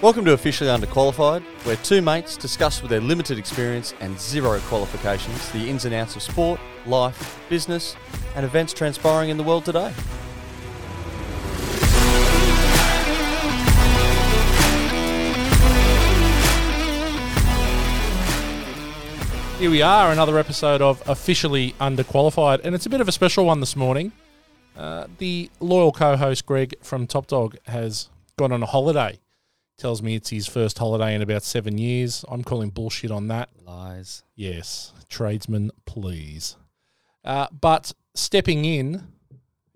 Welcome to Officially Underqualified, where two mates discuss with their limited experience and zero qualifications the ins and outs of sport, life, business, and events transpiring in the world today. Here we are, another episode of Officially Underqualified, and it's a bit of a special one this morning. Uh, the loyal co host Greg from Top Dog has gone on a holiday. Tells me it's his first holiday in about seven years. I'm calling bullshit on that. Lies. Yes, tradesman, please. Uh, but stepping in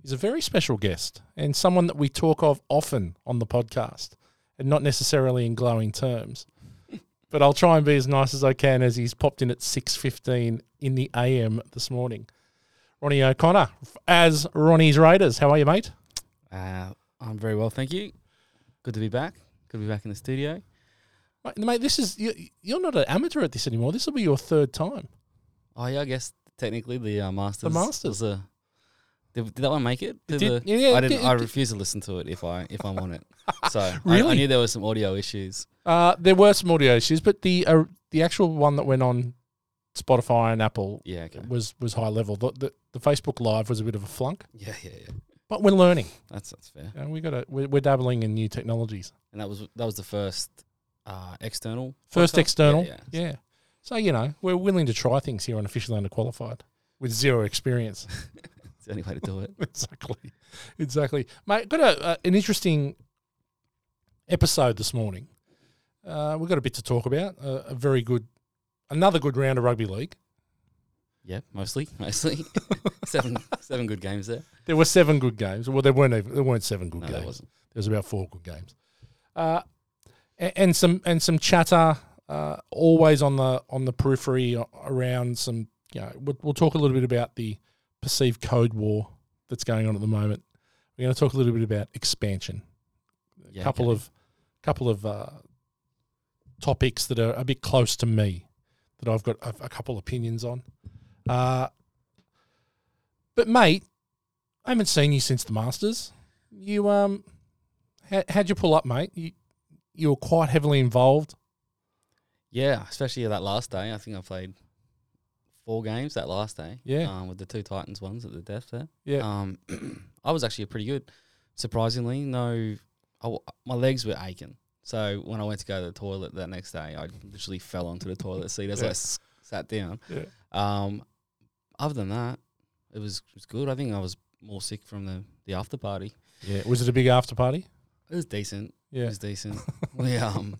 is a very special guest and someone that we talk of often on the podcast and not necessarily in glowing terms. But I'll try and be as nice as I can as he's popped in at 6.15 in the AM this morning. Ronnie O'Connor, as Ronnie's Raiders. How are you, mate? Uh, I'm very well, thank you. Good to be back. Good to be back in the studio. Mate, Mate, this is, you, you're not an amateur at this anymore. This will be your third time. Oh yeah, I guess technically the uh, Masters. Masters. was a- did, did that one make it? to did- the- yeah, I it didn't. did- I it did. refuse to listen to it if I if I'm on it. So I- I, Really? knew there were some audio issues. Uh, there were some audio issues, but the uh, the actual one that went on Spotify and Apple Yeah. Okay. was was high level. The, the the Facebook Live was a bit of a flunk, Yeah, yeah, yeah. but we're learning. That's that's fair. You know, we got to we're, we're dabbling in new technologies. And that was that was the first uh, external. First podcast? Yeah, external, Yeah, yeah. So you know we're willing to try things here on officially underqualified with zero experience. It's the only way to do it. exactly, exactly, mate. Got a, uh, an interesting episode this morning. Uh, we've got a bit to talk about. Uh, a very good, another good round of rugby league. Yeah, mostly, mostly. seven seven good games there. There were seven good games. Well, there weren't. Even, there weren't seven good No, games. there wasn't. There was about four good games, uh, a- and, some and some chatter uh, always on the on the periphery a- around some. You know, we'll, we'll talk a little bit about the perceived code war that's going on at the moment. We're going to talk a little bit about expansion. Yeah, couple okay. of couple of uh, topics that are a bit close to me that I've got a, a couple opinions on. Uh, but mate, I haven't seen you since the Masters. You um, how, how'd you pull up, mate? You you were quite heavily involved. Yeah, especially that last day. I think I played four games that last day. Yeah. um, with the two Titans ones at the death there. Yeah. Um, I was actually pretty good. Surprisingly, no, I w my legs were aching. So when I went to go to the toilet that next day, I literally fell onto the toilet seat as I Yeah. s- sat down. Yeah. Um, other than that, it was it was good. I think I was more sick from the the after party. Yeah. Was it a big after party? It was decent. It Yeah. was decent. we um,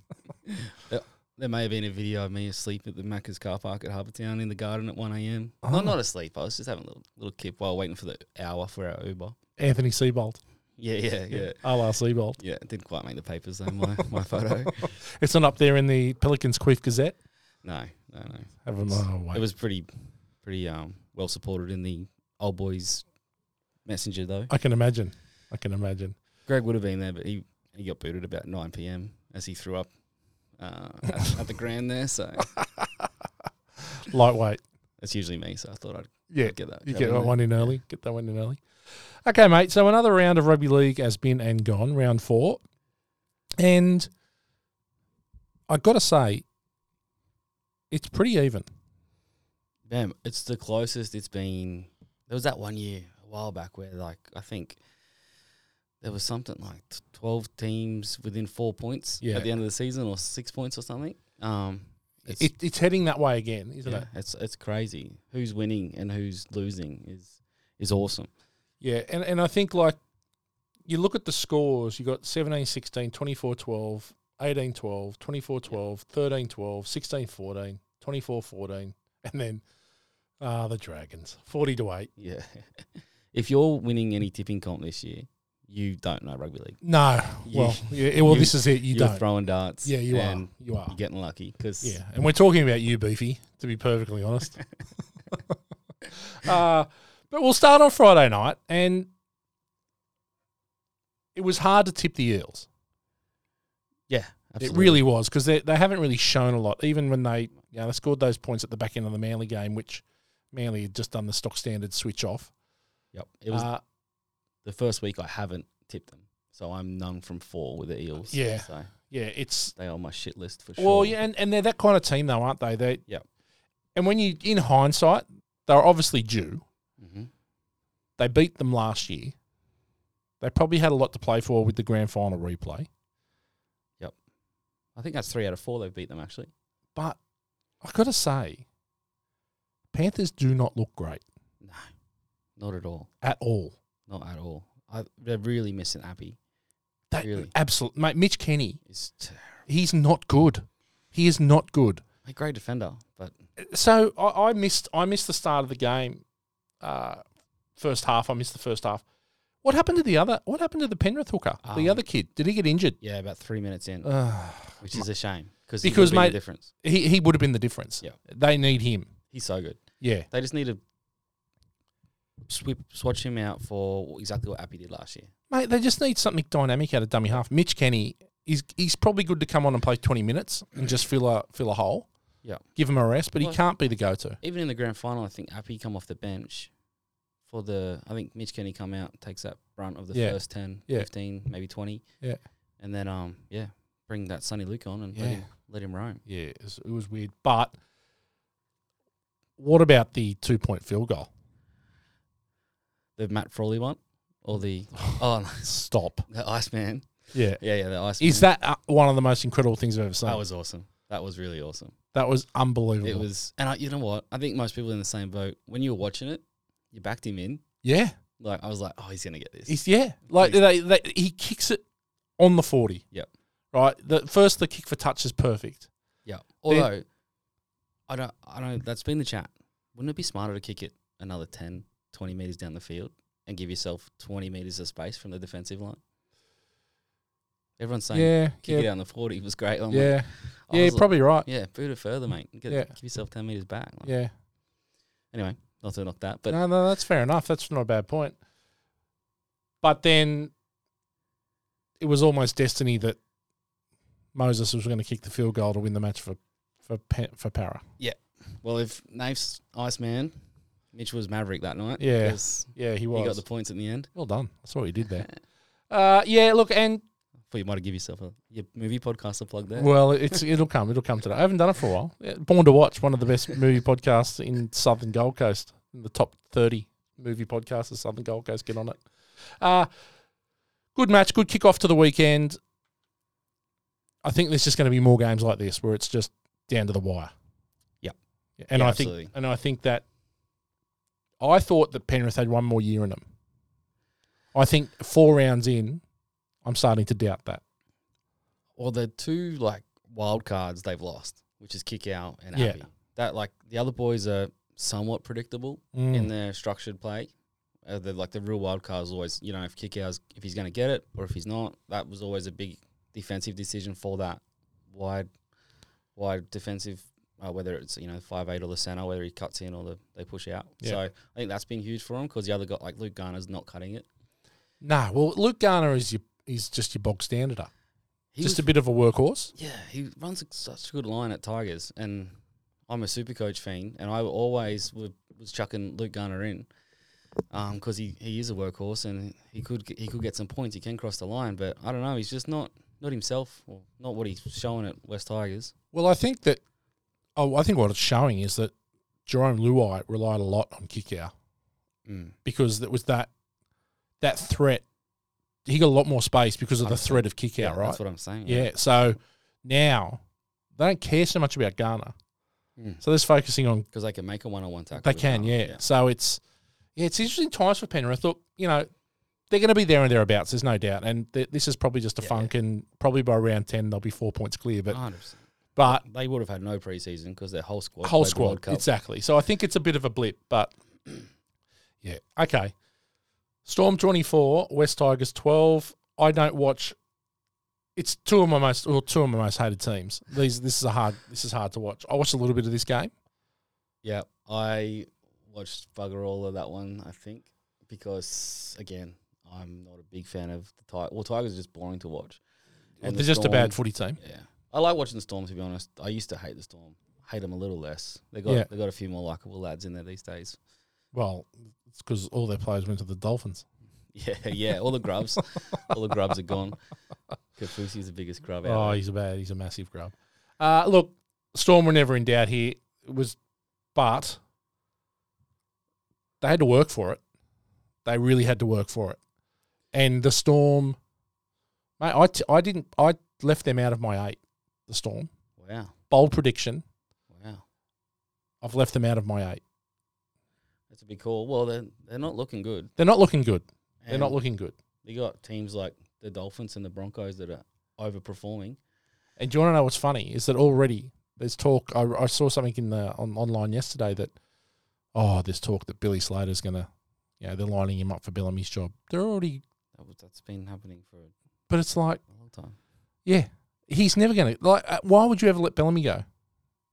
there, there may have been a video of me asleep at the Macca's car park at Harbour Town in the garden at one a.m. Oh. Not not asleep. I was just having a little little kip while waiting for the hour for our Uber. Anthony Seabold. Yeah, yeah, yeah, R.R. Seabold. yeah. It didn't quite make the papers though. My my photo. It's not up there in the Pelicans Queef Gazette. No, no, no. Have a oh, wait. It was pretty, pretty um well supported in the old boys messenger though. I can imagine. I can imagine. Greg would have been there, but he he got booted about nine p.m. as he threw up uh, at, at the grand there. So Lightweight. that's usually me. So I thought I'd Yeah. get that. You go get in that there. one in early. Get that one in early. Okay, mate. So another round of rugby league has been and gone, round four, and I got to say, it's pretty even. Damn, it's the closest it's been. There was that one year a while back where, like, I think there was something like t- twelve teams within four points Yeah. at the end of the season, or six points or something. Um, it's It, it's heading that way again, isn't yeah, it? it's it's crazy. Who's winning and who's losing is is awesome. Yeah, and and I think like you look at the scores, you got 17-16, 24-12, 18-12, 24-12, 13-12, 16-14, 24-14, and then ah the Dragons, 40 to 8. Yeah, if you're winning any tipping comp this year, you don't know rugby league. No. You- Well, yeah, well you- this is it. You are don't. throwing darts. Yeah, you are. and You are. You're getting lucky because Yeah, and we're talking about you, Beefy. To be perfectly honest. uh, but we'll start on Friday night, and it was hard to tip the Eels. It really was because they they haven't really shown a lot, even when they you know, they scored those points at the back end of the Manly game, which Manly had just done the stock standard switch off. Yep, it was Uh, the first week I haven't tipped them, so I'm none from four with the Eels. Yeah. So yeah, it's They are on my shit list for sure. Well, yeah, and, and they're that kind of team, though, aren't they? They Yep. And when you, in hindsight, they're obviously due. Mm-hmm. They beat them last year. They probably had a lot to play for with the grand final replay, I think that's three out of four they've beat them actually. but I gotta say, Panthers do not look great No, not at all. at all. Not at all. I, they're really missing Appy. They Really? absolutely, mate. Mitch Kenny, Is he's not good. He is not good. a great defender, but so I, I missed I missed the start of the game, uh, first half. I missed the first half. What happened to the other? What happened to the Penrith hooker? the Um, uh, other kid? Did he get injured? yeah, about three minutes in, Ugh. which is a shame Because, because because mate- the difference. he he would have been the difference. Yeah. they need him. He's so good. Yeah, They just need to sweep, swatch him out for exactly what Appy did last year. mate. They just need something dynamic out of dummy half. Mitch Kenny is he's probably good to come on and play twenty minutes and just fill a fill a hole. Yeah. give him a rest, but he Well- can't be the go to. Even in the grand final, I think Appy come off the bench for the. I think Mitch Kenny come out takes that brunt of the Yeah. first 10, Yeah. 15, maybe twenty. Yeah. and then um yeah, bring that Sonny Luke on and Yeah. let him let him roam. Yeah, it was, it was weird. But what about the two point field goal? The Matt Frawley one or the oh no, Stop. the Iceman. Yeah, Yeah, yeah, the Iceman. Is that uh, one of the most incredible things I've ever seen? that was awesome? That was really awesome. that was unbelievable. It was, and I, you know what? I think most people in the same boat. When you were watching it, you backed him in. yeah, Like I was like, oh, he's gonna get this. he's yeah, like they, they, he kicks it on the forty. Yep. Right. The first the kick for touch is perfect. yeah. Although, I don't, I don't. That's been the chat. Wouldn't it be smarter to kick it another 10, 20 meters down the field and give yourself twenty meters of space from the defensive line? Everyone's saying yeah. kick Yeah. it down the forty was great. I'm yeah. Like, I yeah. was You're like, probably right. yeah. Boot it further, mate. Get, Yeah. Give yourself ten meters back. Like, Yeah. Anyway, not to knock that, but no, no, that's fair enough. That's not a bad point. But then it was almost destiny that Moses was going to kick the field goal to win the match for for Pa- for Para. well, if Naif's Iceman, Mitch was Maverick that night. Yeah. 'cause Yeah, he He was. got the points in the end. well done. That's what he did there. uh, yeah. Look, and Thought you might have give yourself a your movie podcast a plug there. Well, it's it'll come. It'll come today. I haven't done it for a while. Yeah, Born to Watch, one of the best movie podcasts in Southern Gold Coast, in the top thirty movie podcasts of Southern Gold Coast. Get on it. Uh, good match. Good kickoff to the weekend. I think there's just going to be more games like this where it's just down to the wire. Yep. And Yeah, I absolutely. think and I think that I thought that Penrith had one more year in them. I think four rounds in, I'm starting to doubt that. Or the two like wild cards they've lost, which is Kick Out and Yeah. Appy. That like the other boys are somewhat predictable Hmm. Mm. in their structured play. Uh, the, like the real wild card is always, you know, if Kick Out's if he's going to get it or if he's not. That was always a big defensive decision for that wide, wide defensive. Uh, whether it's you know five eight or the center, whether he cuts in or the, they push out. Yeah. So I think that's been huge for him because the other got like Luke Garner's not cutting it. Nah, well, Luke Garner is your is just your bog standard. He just was a bit of a workhorse. Yeah, he runs a- such a good line at Tigers, and I'm a super coach fiend, and I always would, was chucking Luke Garner in because he, he is a workhorse and he could g- he could get some points. He can cross the line, but I don't know. He's just not not himself, or not what he's showing at West Tigers. Well, I think that oh, I think what it's showing is that Jerome Luai relied a lot on kick out Mm. because that was that that threat. He got a lot more space because of the Understood. threat of kick out, right? That's what I'm saying. yeah. So now they don't care so much about Garner. Mm. So they're just focusing on because they can make a one on one tackle. They with can, Garner, yeah. So it's yeah, it's interesting times for Penrith. Look, you know, they're going to be there and thereabouts. There's no doubt, and th- this is probably just a Yeah. Ah, funk, and probably by round ten they'll be four points clear. But 100%. but They would have had no preseason because their whole squad whole played the World squad Cup. exactly. So I think it's a bit of a blip, but yeah, okay. Storm twenty four, West Tigers twelve. I don't watch. It's two of my most well, two of my most hated teams. These this is a hard this is hard to watch. I watched a little bit of this game. Yeah, I watched bugger all of that one. I think because again, I'm not a big fan of the Tigers. Well, Tigers are just boring to watch. They're And the just a bad Storm- footy team. Yeah, I like watching the Storm. To be honest, I used to hate the Storm. Hate them a little less. They got Yeah. they got a few more likable lads in there these days. Well, it's because all their players went to the Dolphins. Yeah, yeah. All the grubs, all the grubs are gone. Kafusi's the biggest grub Oh, out there. he's a bad. He's a massive grub. Uh, look, Storm were never in doubt here. It was, but they had to work for it. They really had to work for it. And the Storm, mate, I, t- I didn't. I left them out of my eight. The Storm. Wow. Bold prediction. Wow. I've left them out of my eight. That's a big call. Well, they're, they're not looking good. They're not looking good. They're And not looking good. They got teams like the Dolphins and the Broncos that are overperforming. And do you want to know what's funny? Is that already there's talk. I, I saw something in the on, online yesterday that oh, there's talk that Billy Slater's gonna, you know, they're lining him up for Bellamy's job. They're already, That was, that's been happening for a but it's like, long time. yeah, he's never gonna like. uh, Why would you ever let Bellamy go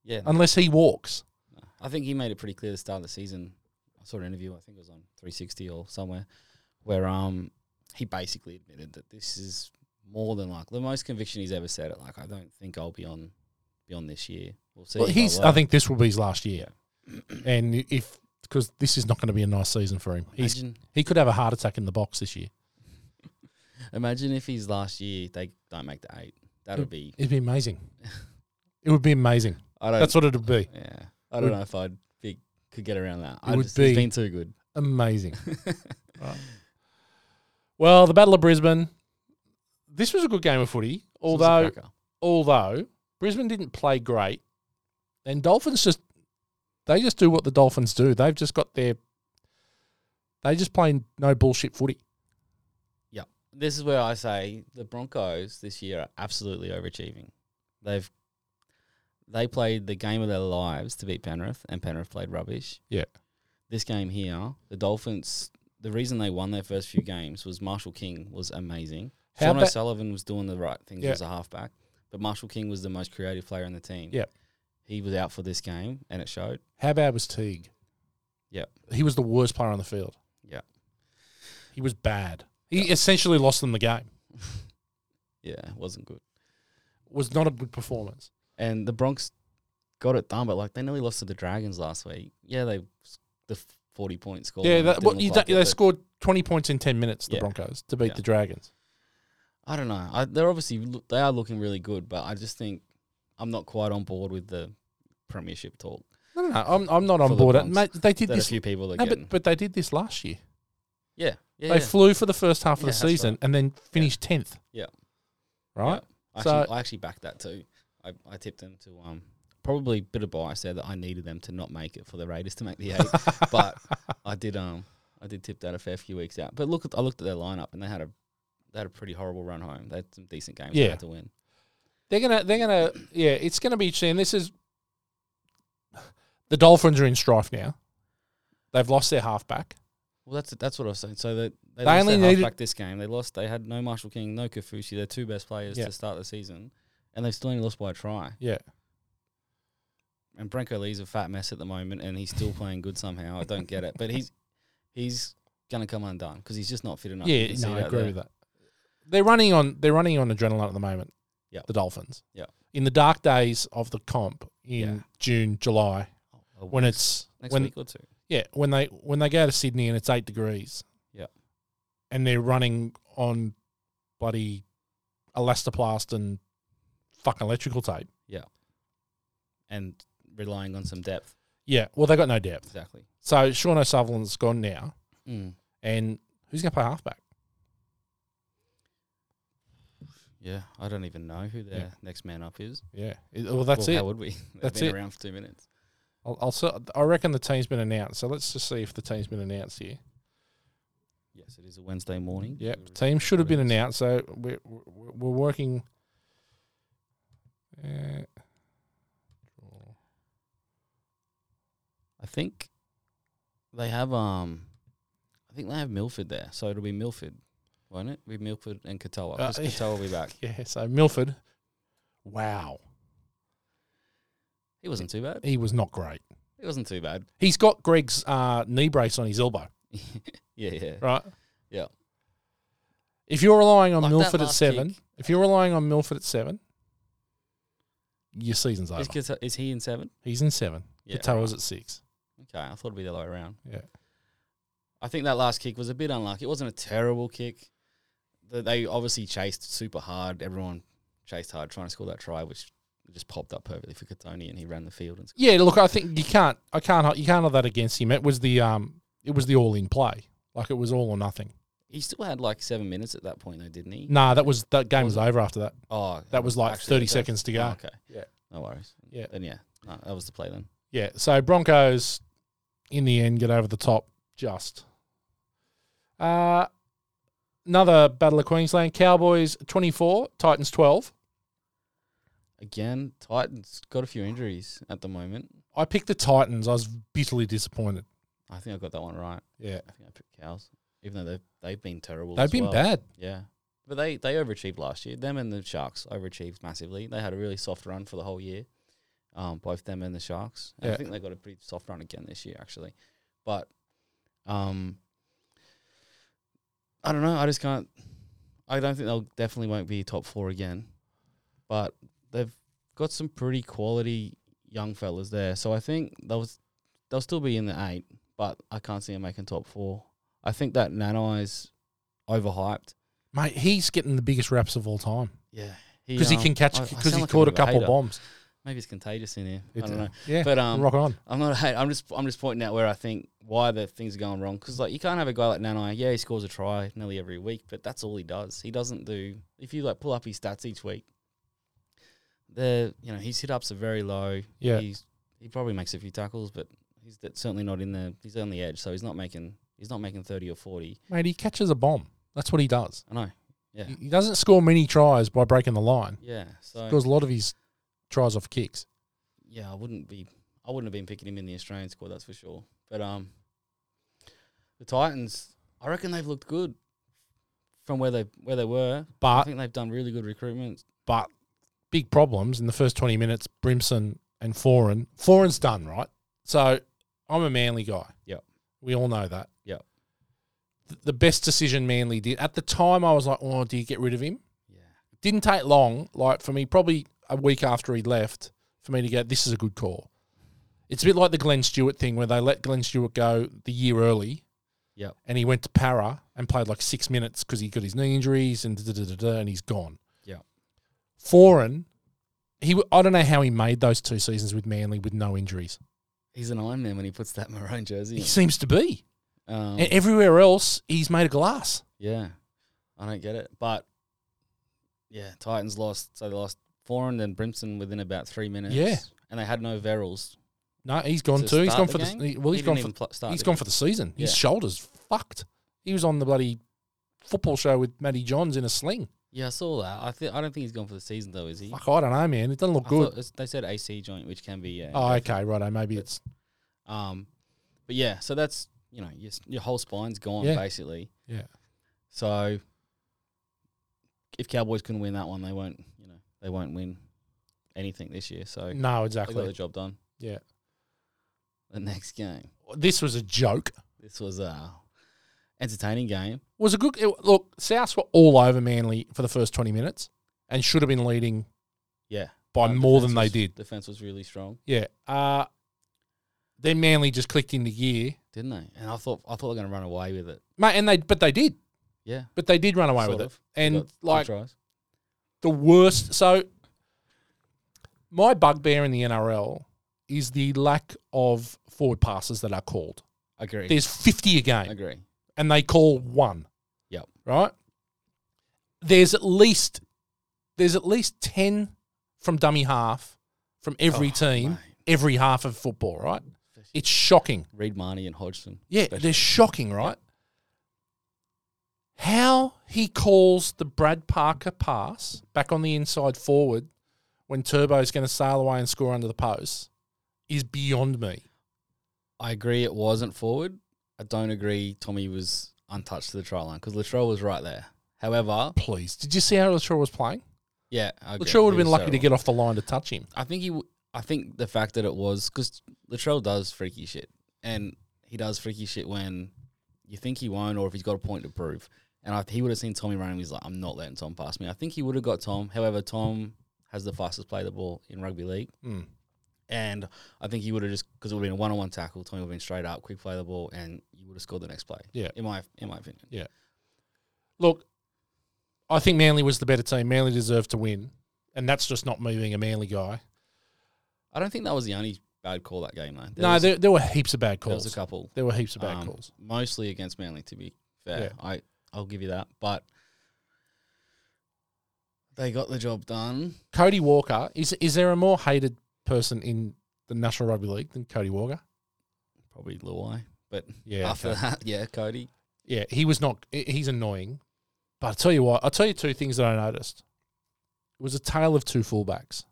Yeah. unless he walks? Um, I think he made it pretty clear at the start of the season. I saw an interview, I think it was on 360 or somewhere, where um he basically admitted that this is more than like the most conviction he's ever said it. Like, I don't think I'll be on beyond this year. We'll see. Well, if I he's. won't." I think this will be his last year, and if because this is not going to be a nice season for him. He's Imagine, he could have a heart attack in the box this year. imagine if his last year they don't make the eight. That'll be. It'd be amazing. it would be amazing. I don't. That's what it'd be. yeah. I don't would- know if I'd be could get around that. I would just, it's be- been too good. Amazing. Right. Well, the Battle of Brisbane. This was a good game of footy, This was a although cracker. although Brisbane didn't play great, and Dolphins just they just do what the Dolphins do. They've just got their they just play no bullshit footy. this is where I say the Broncos this year are absolutely overachieving. They've they played the game of their lives to beat Penrith, and Penrith played rubbish. Yeah. This game here, the Dolphins. The reason they won their first few games was Marshall King was amazing. How Sean ba- O'Sullivan was doing the right things Yeah. as a halfback, but Marshall King was the most creative player on the team. Yeah. He was out for this game, and it showed. How bad was Teague? Yeah. he was the worst player on the field. Yeah. he was bad. He essentially lost them the game. Yeah, it wasn't good. Was not a good performance. and the Bronx got it done, but like they nearly lost to the Dragons last week. Yeah, they the forty point score. yeah, line that, didn't well, look you like don't- it, they but scored twenty points in ten minutes. The Yeah. Broncos to beat Yeah. the Dragons. I don't know. I, they're obviously loo- they are looking really good, but I just think I'm not quite on board with the premiership talk. No, no, no. Uh, I'm, I'm not on For the board. Bronx. Mate, they did That a this. few people are No, getting. but, but they did this last year. yeah, yeah. They yeah. flew for the first half of Yeah, the that's right. season and then finished tenth. Yeah. Right. I so- actually, I actually backed that too. I, I tipped them to um probably a bit of bias there that I needed them to not make it for the Raiders to make the eight. but I did um I did tip that a fair few weeks out. But look, at, I looked at their lineup and they had a they had a pretty horrible run home. They had some decent games they Yeah. had to win. They're gonna. They're gonna. Yeah. It's gonna be interesting. This is. The Dolphins are in strife now. They've lost their halfback. Well, that's that's what I was saying. So they they, They lost only their needed- halfback this game. They lost. They had no Marshall King, no Kafusi. Their two best players Yeah. to start the season, and they've still only lost by a try. Yeah. and Branko Lee's a fat mess at the moment, and he's still playing good somehow. I don't get it, but he's he's gonna come undone because he's just not fit enough. You yeah. can see No, I that agree there. with that. They're running on. They're running on adrenaline at the moment. Yeah. The Dolphins. Yeah. In the dark days of the comp in Yeah. June, July, Oh, when next- it's next when week or two. Yeah, when they when they go to Sydney and it's eight degrees. Yeah. And they're running on bloody elastoplast and fuck electrical tape. and relying on some depth. Yeah. Well, they got no depth. Exactly. So Sean O'Sullivan's gone now, Mm. and who's going to play halfback? Yeah, I don't even know who their Yeah. next man up is. Yeah. It- well, that's well, How it. would we? They've That's been it. around for two minutes. I'll, I'll, se- I reckon the team's been announced. So let's just see if the team's been announced here. Yes, it is a Wednesday morning. Yep. Team should have been announced. So we're we're, we're working. Uh, I think they have um, I think they have Milford there, so it'll be Milford, won't it? Be Milford and Katoa because Uh, yeah. Katoa will be back. yeah. So Milford. Wow. He wasn't too bad. He was not great. He wasn't too bad. He's got Greg's uh, knee brace on his elbow, Yeah, yeah. right? Yeah. If you're relying on Like that Milford at last seven, kick. if you're relying on Milford at seven, your season's over. Is, Katoa, is he in seven? He's in seven. Yeah, Katoa's at six. Okay, I thought it'd be the other way around. Yeah. I think that last kick was a bit unlucky. It wasn't a terrible kick. th- they obviously chased super hard. Everyone chased hard trying to score that try, which just popped up perfectly for Katoni, and he ran the field and scored. Yeah, look, I think you can't, I can't, you can't have that against him. It was the, um, it was the all in play, like it was all or nothing. he still had like seven minutes at that point, though, didn't he? Nah, that was that game Was was over after that. Oh, That was like actually, thirty okay. seconds to Oh, go. okay. Yeah. No worries. Yeah. Then yeah, no, that was the play then. Yeah, so Broncos in the end get over the top just. Uh, another Battle of Queensland Cowboys 24, Titans 12. Again, Titans got a few injuries at the moment. I picked the Titans. I was bitterly disappointed. I think I got that one right. Yeah. I think I picked cows, even though they've they've been terrible. They've as been well. bad. Yeah. But they, they overachieved last year. Them and the Sharks overachieved massively. They had a really soft run for the whole year, um, both them and the Sharks. And Yeah. I think they got a pretty soft run again this year, actually. But um, I don't know. I just can't. I don't think they'll definitely won't be top four again. But they've got some pretty quality young fellas there. So I think they'll, they'll still be in the eight, but I can't see them making top four. I think that Nanai's overhyped. Mate, he's getting the biggest raps of all time Yeah, because he, um, can catch, I- I because sound he like a caught a bit of couple hater. bombs. Maybe it's contagious in here. I It's- don't know. Yeah. But um, rock on. I'm not. a hater. I'm just. I'm just pointing out where I think why the things are going wrong. Because like you can't have a guy like Nanai. Yeah, he scores a try nearly every week, but that's all he does. He doesn't do. If you like pull up his stats each week, the you know his hit ups are very low. Yeah. He's he probably makes a few tackles, but he's d- certainly not in the. He's on the edge, so he's not making. He's not making thirty or forty. Mate, he catches a bomb. That's what he does. I know. Yeah. He- He doesn't score many tries by breaking the line Yeah. So because a lot of his tries off kicks. yeah, I wouldn't be. I wouldn't have been picking him in the Australian squad, that's for sure. But um, the Titans, I reckon they've looked good from where they where they were. I But think they've done really good recruitment. but big problems in the first 20 minutes. Brimson and Foreign. Foreign's done, right? So I'm a manly guy. Yep. We all know that. Yep. Th- The best decision Manly did. At the time, I was like, oh, do you get rid of him? Yeah, Didn't take long, like for me, probably a week after he left, for me to go, this is a good call. It's a bit like the Glenn Stewart thing where they let Glenn Stewart go the year early Yep. and he went to para and played like six minutes because he got his knee injuries and da, da, da, da, da, and he's gone. Yeah. Foreign, he w- I don't know how he made those two seasons with Manly with no injuries. he's an Iron Man when he puts that maroon jersey. He on. seems to be. Um, and everywhere else, he's made of glass. yeah, I don't get it, but yeah, Titans lost. So they lost Foreign and Brimson within about three minutes. Yeah. and they had no Verrills. No, he's gone To too. He's gone start the for the game? he- well. He He's didn't gone for even pl- start, he's did gone he? for the season. His Yeah. shoulders fucked. He was on the bloody football show with Matty Johns in a sling. Yeah, I saw that. I think I don't think he's gone for the season though, is he? Fuck, I don't know, man. It doesn't look I good. thought it's- they said AC joint, which can be yeah. oh, okay, righto. Maybe it's Um, but yeah, so that's you know your s- your whole spine's gone Yeah. basically. yeah. So if Cowboys can win that one, they won't. You know they won't win anything this year. So No, they got the exactly. job done. Yeah, The next game. this was a joke. This was a entertaining game. was a good it- look. Souths were all over Manly for the first twenty minutes and should have been leading Yeah, by Uh, more than they defense was- did. Defense was really strong, Yeah. Uh, then Manly just clicked into gear, didn't they? And I thought I thought they were going to run away with it. mate. And they but they did, Yeah, but they did run away sort with it. of. They And got two like tries. the worst. So my bugbear in the NRL is the lack of forward passes that are called. agree, There's fifty a game. agree. and they call one. Yep. Right? There's at least there's at least ten from dummy half from every Oh, team, mate. every half of football, right? It's shocking. Reed Marnie and Hodgson. Yeah, especially. they're shocking, right? How he calls the Brad Parker pass back on the inside forward when Turbo's going to sail away and score under the post is beyond me. I agree it wasn't forward. I don't agree Tommy was untouched to the try line because Latrell was right there. However, Please. Did you see how Latrell was playing? yeah, I agree. Latrell would have He been was lucky to terrible. get off the line to touch him. I think he. W- I think the fact that it was because Latrell does freaky shit, and he does freaky shit when you think he won't, or if he's got a point to prove. And I, he would have seen Tommy running. He's like, I'm not letting Tom pass me. I think he would have got Tom. However, Tom has the fastest play of the ball in rugby league. Mm. And I think he would have just because it would have been a one-on-one tackle. Tommy would have been straight up, quick play the ball, and you would have scored the next play. Yeah. in my in my opinion. Look, I think Manly was the better team. Manly deserved to win, and that's just not me being a Manly guy. I don't think that was the only bad call that game though. There no, was, there, there were heaps of bad there was a calls. couple. There were heaps of bad um, calls. mostly against Manly. To be fair, Yeah. I I'll give you that, but they got the job done. Cody Walker is is there a more hated person in the National Rugby League than Cody Walker? Probably Luai, but Yeah, after okay. that, yeah, Cody. yeah, he was not. he- He's annoying. But I tell you what, I'll tell you two things that I noticed. It was a tale of two fullbacks.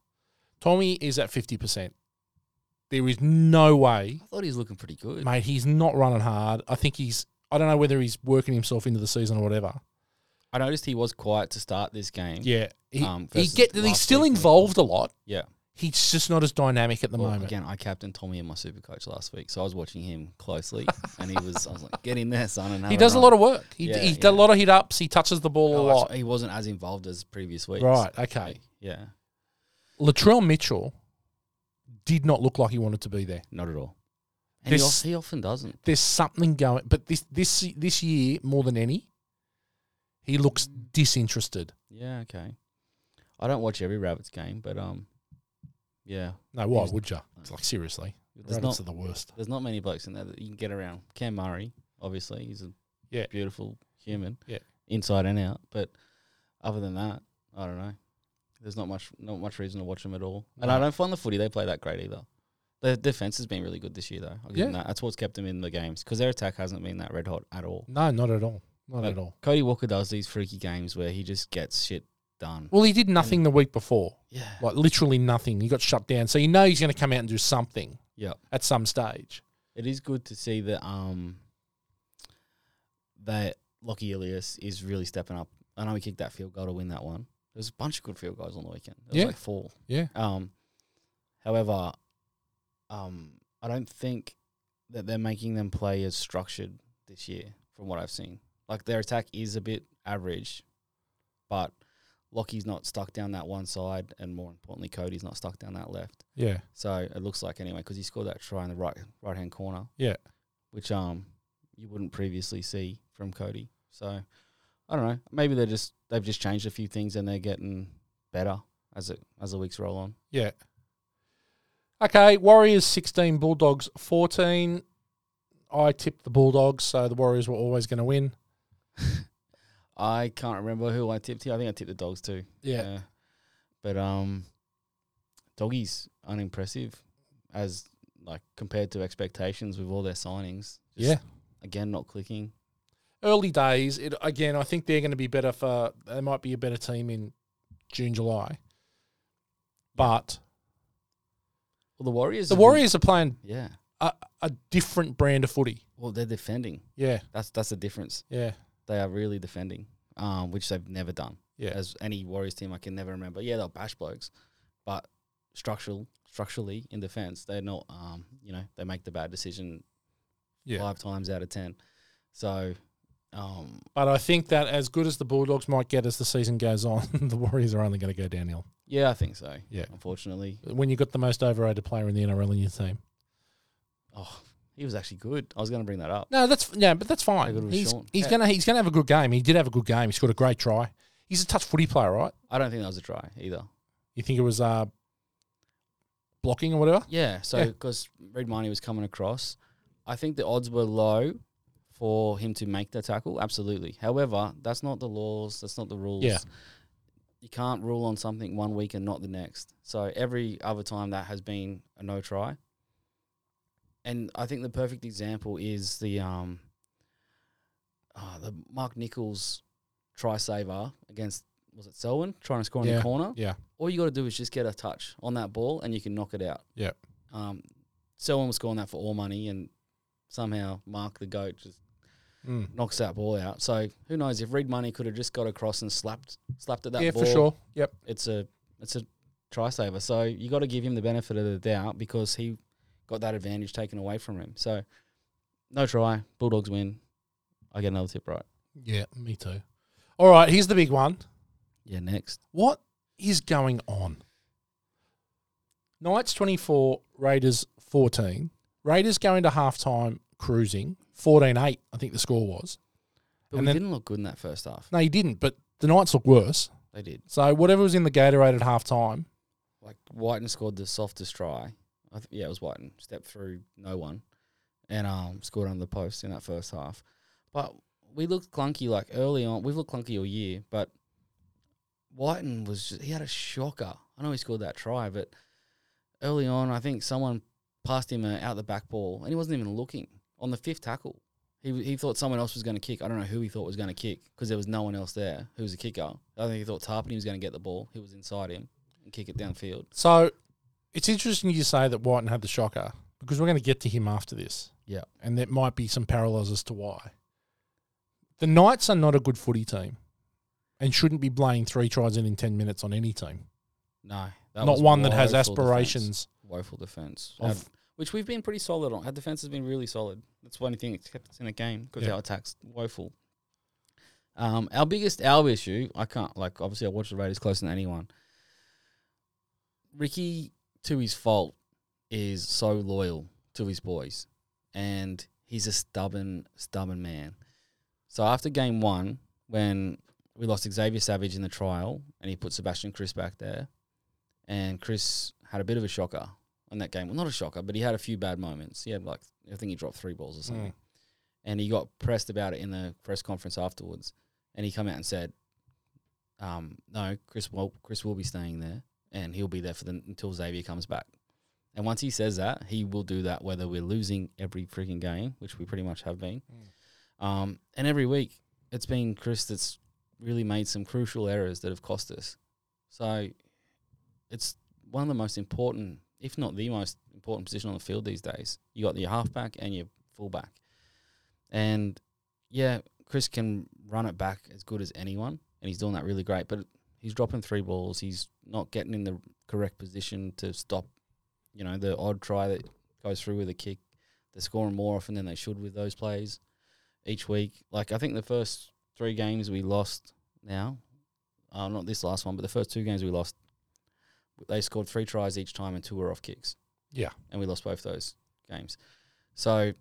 Tommy is at fifty percent. There is no way I thought he was looking pretty good. mate. He's not running hard. I think he's. I don't know whether he's working himself into the season or whatever. I noticed he was quiet to start this game. Yeah, he, Um, he versus get. He's last still week when he- involved a lot. Yeah. He's just not as dynamic at the Well, moment. Again, I captained Tommy and my super coach last week, so I was watching him closely, and he was. I was like, "Get in there, son!" And he does a lot of work. He Yeah, he yeah. does a lot of hit ups. He touches the ball a lot. He wasn't as involved as previous weeks. Right. Okay. Yeah. Latrell Mitchell did not look like he wanted to be there. Not at all. And he, This- al- he often doesn't. There's something going, but this this this year more than any, he looks disinterested. Yeah. Okay. I don't watch every Rabbits game, but um, yeah. No, why was- would you? Like seriously, There's rabbits not are the worst. there's not many blokes in there that you can get around. Cam Murray, obviously, he's a Yeah. beautiful human. Yeah. Inside and out. But other than that, I don't know. There's not much not much reason to watch them at all. And I No. don't find the footy they play that great either. Their defense has been really good this year though. I'll give them Yeah. that. That's what's kept them in the games because their attack hasn't been that red hot at all. No, not at all. Not Like- at all. Cody Walker does these freaky games where he just gets shit done. Well, he did nothing the week before. Yeah. like literally nothing. He got shut down. So you know he's going to come out and do something Yeah. at some stage. It is good to see that um that Lockie Ilias is really stepping up. I know he kicked that field goal to win that one. There was a bunch of good field goals on the weekend. There was Yeah. like four. Yeah. Um however, um I don't think that they're making them play as structured this year from what I've seen. Like their attack is a bit average, but Lockie's not stuck down that one side and more importantly Cody's not stuck down that left. Yeah. So it looks like anyway because he scored that try in the right right hand corner. Yeah. which um you wouldn't previously see from Cody. So I don't know. Maybe they're just they've just changed a few things and they're getting better as it as the weeks roll on. Yeah. Okay. Warriors 16, Bulldogs 14. I tipped the Bulldogs, so the Warriors were always going to win. I can't remember who I tipped here. I think I tipped the dogs too. but um, doggies unimpressive as like compared to expectations with all their signings. Just, Yeah. again not clicking. Early days. It, again, I think they're going to be better for, they might be a better team in June, July. But Well, the Warriors. the have been- Warriors are playing yeah. a, a different brand of footy. Well, they're defending. Yeah. That's that's the difference. Yeah. They are really defending, um, which they've never done. Yeah. As any Warriors team, I can never remember. Yeah, they'll bash blokes, but structural, structurally in defense, they're not. Um, you know, they make the bad decision Yeah. five times out of ten. So, um, But I think that as good as the Bulldogs might get as the season goes on, the Warriors are only going to go downhill. yeah, I think so. Yeah. Unfortunately, When you've got the most overrated player in the NRL in your team. oh, he was actually good. I was going to bring that up. No, that's yeah, but that's How good fine. was He's, Sean? he's Yeah. gonna he's gonna have a good game. He did have a good game. He scored a great try. He's a touch footy player, right? I don't think that was a try either. You think it was uh, blocking or whatever? Yeah, so Yeah. because Red Money was coming across, I think the odds were low for him to make the tackle. Absolutely. However, that's not the laws. That's not the rules. Yeah. You can't rule on something one week and not the next. So every other time that has been a no try. And I think the perfect example is the um, uh, the Mark Nichols try saver against was it Selwyn trying to score in Yeah. the corner Yeah, all you got to do is just get a touch on that ball and you can knock it out. Yep. Um, someone was scoring that for all money and somehow Mark the goat just Mm. knocks that ball out. So who knows if Reed Money could have just got across and slapped slapped at that yeah, ball. for sure. Yep. It's a it's a try saver. So you got to give him the benefit of the doubt because he got that advantage taken away from him. So no try, Bulldogs win. I get another tip right. Yeah, me too. All right, here's the big one. Yeah, next. What is going on? Knights 24, Raiders 14. Raiders going to halftime cruising, 14 8, I think the score was. But And we then- didn't look good in that first half. No, he didn't, but the Knights look worse. They did. So whatever was in the Gatorade at half time, Like Whiten scored the softest try. I th- yeah, it was Whiten. Stepped through no one, and um scored under the post in that first half. But we looked clunky like early on. We've looked clunky all year, but Whiten was just, he had a shocker. I know he scored that try, but early on, I think someone passed him a out the back ball, and he wasn't even looking on the fifth tackle. He, he thought someone else was going to kick. I don't know who he thought was going to kick because there was no one else there who was a kicker. I think he thought Tarpany was going to get the ball. He was inside him and kick it downfield. So it's interesting you say that Whiten had the shocker because we're going to get to him after this. Yeah. And there might be some parallels as to why. The Knights are not a good footy team and shouldn't be blaying three tries in in 10 minutes on any team. No, that not was one that has woeful defense. aspirations. Woeful defense, Of- Our- which we've been pretty solid on. Our defense has been really solid. That's one thing that's kept us in a game because Yeah. our attacks woeful. Um, our biggest our issue, I can't like obviously I watch the Raiders closer than anyone. Ricky, to his fault, is so loyal to his boys, and he's a stubborn, stubborn man. So after game one, when we lost Xavier Savage in the trial, and he put Sebastian Chris back there, and Chris had a bit of a shocker on that game. Well, not a shocker, but he had a few bad moments. He had like I think he dropped three balls or something, Mm. and he got pressed about it in the press conference afterwards, and he come out and said, um, "No, Chris will Chris will be staying there, and he'll be there for the until Xavier comes back." And once he says that, he will do that whether we're losing every freaking game, which we pretty much have been. Um, and every week, it's been Chris that's really made some crucial errors that have cost us. So it's one of the most important, if not the most important position on the field these days. You got your halfback and your fullback. And yeah, Chris can run it back as good as anyone, and he's doing that really great. But he's dropping three balls. He's not getting in the correct position to stop, you know, the odd try that goes through with a kick. They're scoring more often than they should with those plays each week. Like I think the first three games we lost now, uh, not this last one, but the first two games we lost, they scored three tries each time and two were off kicks. Yeah. and we lost both those games. So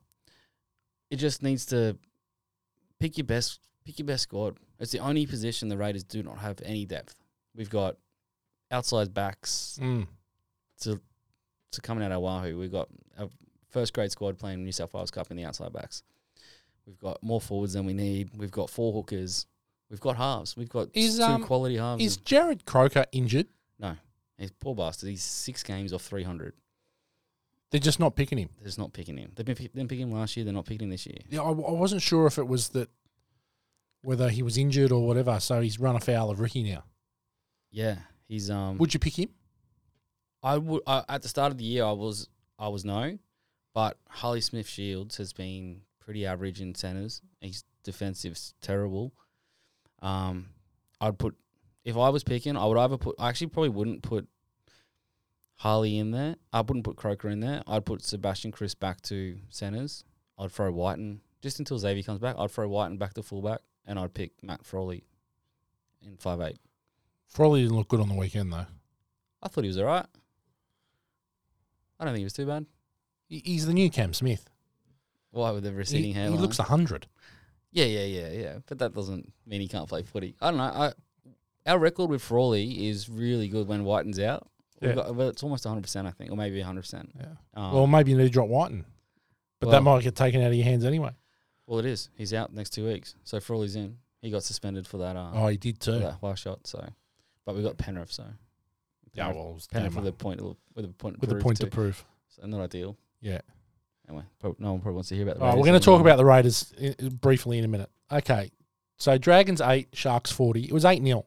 it just needs to pick your best, pick your best squad. It's the only position the Raiders do not have any depth. We've got outside backs, Mm. to to coming out of Wahoo. We've got a first grade squad playing New South Wales Cup in the outside backs. We've got more forwards than we need. We've got four hookers. We've got halves. We've got Is, two um, quality halves. Is Jared Croker injured? no, he's poor bastard. He's six games off three hundred. They're just not picking him. They're just not picking him. They've been pick- they didn't pick him last year. They're not picking him this year. Yeah, I, I wasn't sure if it was that whether he was injured or whatever. So he's run afoul of Ricky now. Yeah, he's um. Would you pick him? I would I, at the start of the year I was I was no, but Harley Smith Shields has been pretty average in centers. His defensive's terrible. Um, I'd put if I was picking, I would either put I actually probably wouldn't put Harley in there. I wouldn't put Croker in there. I'd put Sebastian Chris back to centers. I'd throw Whiten just until Xavier comes back. I'd throw Whiten back to fullback, and I'd pick Matt Frawley in five eight. Frawley didn't look good on the weekend though. I thought he was all right. I don't think he was too bad. He- He's the new Cam Smith. Why with the He, receding he hairline? looks hundred. yeah, yeah, yeah, yeah. But that doesn't mean he can't play footy. I don't know. I, our record with Frawley is really good when Whiten's out. Yeah. We've got, well, it's almost 100%, I think, or maybe 100%. Yeah. Um, well, well, maybe you need to drop Whiten, but that might get taken out of your hands anyway. it is. He's out next two weeks. So Frawley's in. He got suspended for that, uh, Oh, he did for too. that wide shot. So, But we got Penrith, so. Yeah, Penrith- well, it was Penrith damn- with a point, of- with a point, with a point to proof. So not ideal. Yeah. Anyway, prob- no one probably wants to hear about the All right, we're Raiders going to talk anymore. about the Raiders i- i- briefly in a minute. Okay. So Dragons 8, Sharks 40. It was 8 0.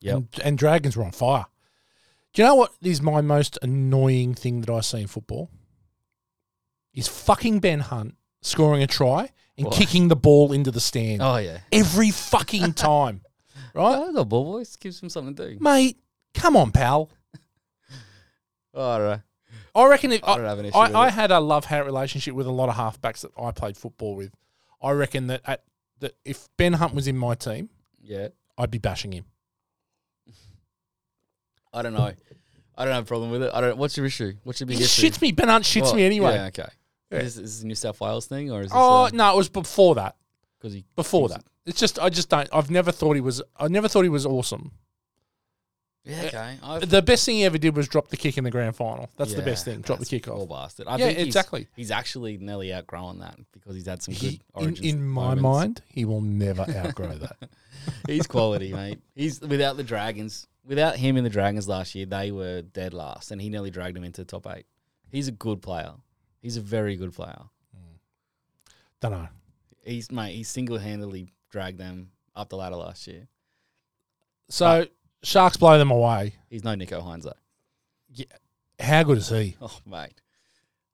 Yep. And, and Dragons were on fire. Do you know what is my most annoying thing that I see in football? Is fucking Ben Hunt scoring a try and What? kicking the ball into the stand Oh, yeah. every fucking time. right? Oh, I got ball boys. Gives him something to do. Mate, come on, pal. Oh, I don't know. I reckon if I don't have an issue with it. I, I had a love hate relationship with a lot of halfbacks that I played football with. I reckon that at, that if Ben Hunt was in my team, Yeah. I'd be bashing him. I don't know. I don't have a problem with it. I don't. What's your issue? What's your big He issue? shits me. Ben Hunt shits Well, me anyway. Yeah, okay. Yeah. Is, this, is this a New South Wales thing or is this oh no, it was before that. because he Before keeps- that, It's just I just don't. I've never thought he was. I never thought he was awesome. Yeah, okay. I, The best thing he ever did was drop the kick in the grand final. That's the best thing. Drop the kick Poor off. bastard. I Yeah, think he's- exactly. He's, actually nearly outgrowing that because he's had some good He, in, origins. in my moments. mind, he will never outgrow that. he's quality, mate. He's without the Dragons. Without him in the Dragons last year, they were dead last, and he nearly dragged them into the top eight. He's a good player. He's a very good player. Don't know. He's mate. He single handedly dragged them up the ladder last year. So sharks blow them away. He's no Nico Hines though. How good is he? Oh mate,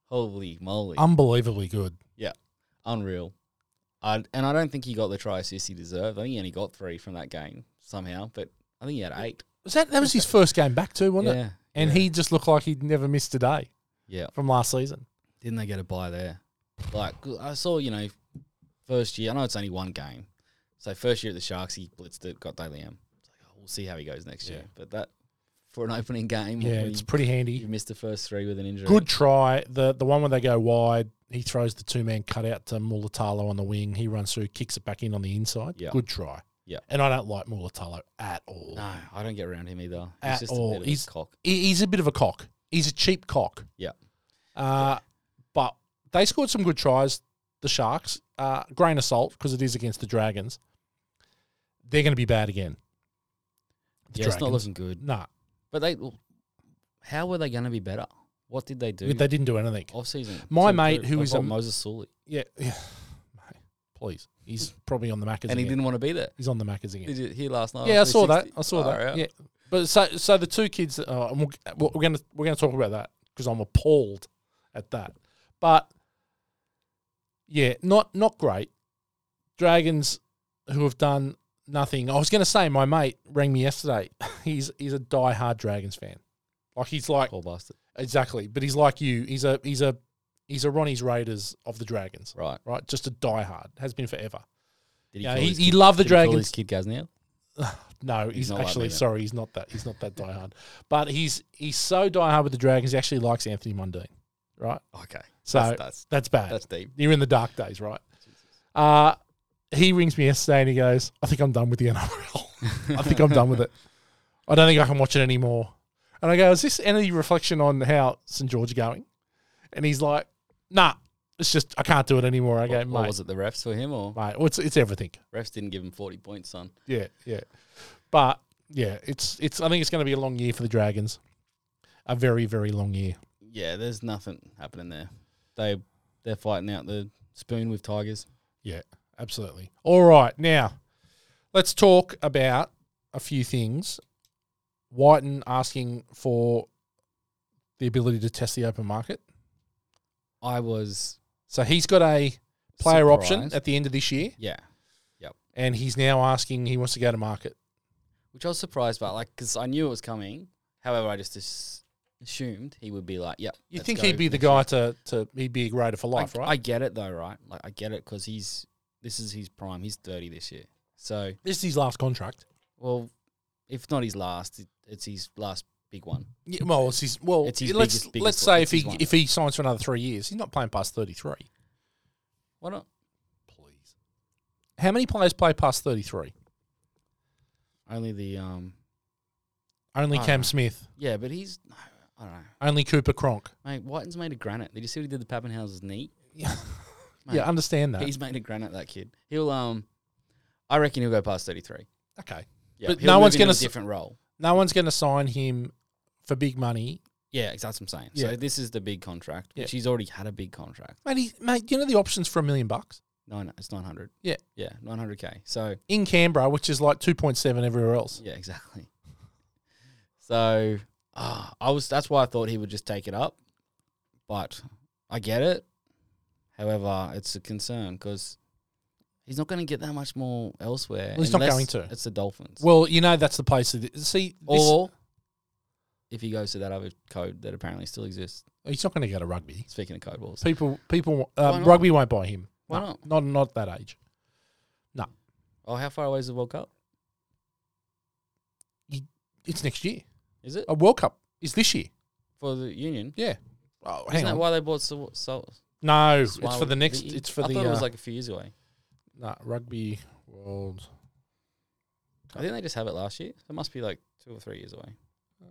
holy moly, Um, Unbelievably good. unreal. I, and I don't think he got the try assist he deserved. I think he only got three from that game somehow, but I think he had eight. Was that that was his first game back too, wasn't it? yeah, And he just looked like he'd never missed a day yeah. from last season. didn't they get a buy there? Like 'cause I saw, you know, first year. I know it's only one game, so first year at the Sharks, he blitzed it, got Daly M. It's like, oh, we'll see how he goes next year. But that for an opening game, Yeah, when it's you, pretty handy. you missed the first three with an injury. Good try. The the one where they go wide, he throws the two man cutout to Mulatalo on the wing. He runs through, kicks it back in on the inside. Yeah. Good try. Yeah. And I don't like Mulatalo at all. No, I don't get around him either. He's At just all. a bit of He's- a cock. He- He's a bit of a cock. He's a cheap cock. Yeah. Uh, but they scored some good tries, the Sharks. Uh, grain of salt, because it is against the Dragons. They're going to be bad again. The Yeah, it's not Dragons. looking good. Nah, But they, how were they going to be better? What did they do Oh. they didn't do anything. off season? My mate who who is is a- Moses Sully, Yeah. yeah. Mate, Please. He's probably on the Maccas and he again. didn't want to be there. He's on the Maccas again. Did you hear last night? Yeah, I after saw that. 60? I saw Far that. out. Yeah, but so so the two kids. that- Oh, and we'll, we're gonna we're gonna talk about that because I'm appalled at that. But yeah, not not great. Dragons who have done nothing. I was gonna say my mate rang me yesterday. He's he's a diehard Dragons fan. Like he's like Poor bastard. exactly, but he's like you. He's a he's a he's a Ronnie's Raiders of the Dragons. Right. Right, just a diehard has been forever. Did Yeah, kill he, his he loved the Did he call Dragons. his kid Gaznia? No, he's, He's not like actually me then. sorry. He's not that. He's not that diehard. But he's he's so diehard with the Dragons. He actually likes Anthony Mundine, right? Okay. So that's, that's, that's bad. that's deep. You're in the dark days, right? Uh he rings me yesterday and he goes, "I think I'm done with the NRL. I think I'm done with it. I don't think I can watch it anymore." And I go, "Is this any reflection on how St George are going?" And he's like, "Nah, it's just I can't do it anymore." I go, What, "Mate, what was it the refs for him or mate, well, it's it's everything." refs didn't give him forty points, son? Yeah, yeah. But yeah, it's it's. I think it's going to be a long year for the Dragons. A very very long year. Yeah, there's nothing happening there. They they're fighting out the spoon with Tigers. Yeah, absolutely. All right, now let's talk about a few things. Whiten asking for the ability to test the open market. I was So he's got a player option surprised. at the end of this year, yeah, and he's now asking he wants to go to market. which I was surprised by, like because I knew it was coming. However, I just as- assumed he would be like, yep. You let's think go he'd be the next guy year. to, to he'd be a grader for life, I, right? I get it though, right? Like I get it because he's this is his prime. He's thirty this year, so this is his last contract. well, if not his last, it, it's his last big one. Yeah, well, it's his, well, It's his let's biggest- biggest let's one. say if It's he his one. if he signs for another three years, he's not playing past thirty three. Why not? Please, how many players play past thirty three? Only the um Only I Cam dunno. Smith, Yeah, but he's I don't know. only Cooper Cronk. Mate, Whiten's made of granite. Did you see what he did to Pappenhausen's knee? Yeah, Mate, yeah, understand that. He's made of granite, that kid. He'll um I reckon he'll go past thirty three. Okay, Yeah, But he'll no move one's into gonna a s- different role. no one's going to sign him for big money, Yeah, ex- that's what I'm saying. Yeah. So this is the big contract, Yeah. which he's already had a big contract. mate. He, mate, you know the options for a million bucks Nine it's nine hundred. Yeah. Yeah, nine hundred K. So in Canberra, which is like two point seven everywhere else. yeah, exactly. So ah, I was that's why I thought he would just take it up. But I get it. However, it's a concern because he's not going to get that much more elsewhere. Well, he's not unless going to. It's the Dolphins. Well, you know that's the place. That, see, this, or if he goes to that other code that apparently still exists. he's not going to go to rugby. Speaking of code walls, People, people, uh, Why not? rugby won't buy him. Why No, not? Not not at that age. oh, how far away is the World Cup? It's next year. Is it A World Cup is this year. for the Union? Yeah. Oh, hang Isn't that on. why they bought so? so no, it's Swale- for the next. It's for I the. thought it was uh, like a few years away. nah, rugby World. I think they just have it last year. It must be like two or three years away. Uh,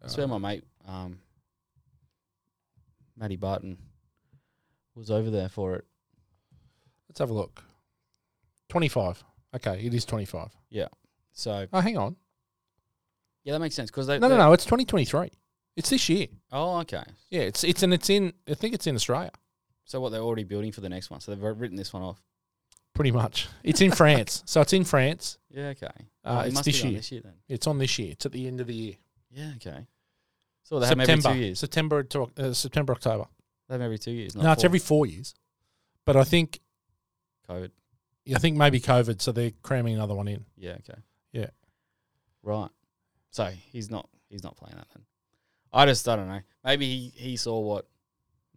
That's where my mate, um, Matty Barton, was over there for it. Let's have a look. 25. Okay, it is 25. So Oh, hang on. yeah, that makes sense because they No, no, they- no. It's 2023. It's this year. Oh, okay. Yeah, it's it's and it's in. I think it's in Australia. So what they're already building for the next one. So they've written this one off. Pretty much. It's in France. So it's in France. Yeah, okay. Uh, it it's must this be done year. this year then. It's on this year. It's at the end of the year. Yeah, okay. So they have them every September. two years. September to Oc- uh, September October. They have them every two years. Not No, it's four. every four years. But I think COVID. I think maybe COVID, so they're cramming another one in. Yeah, okay. Yeah. Right. So he's not he's not playing that then. I just I don't know. Maybe he, he saw what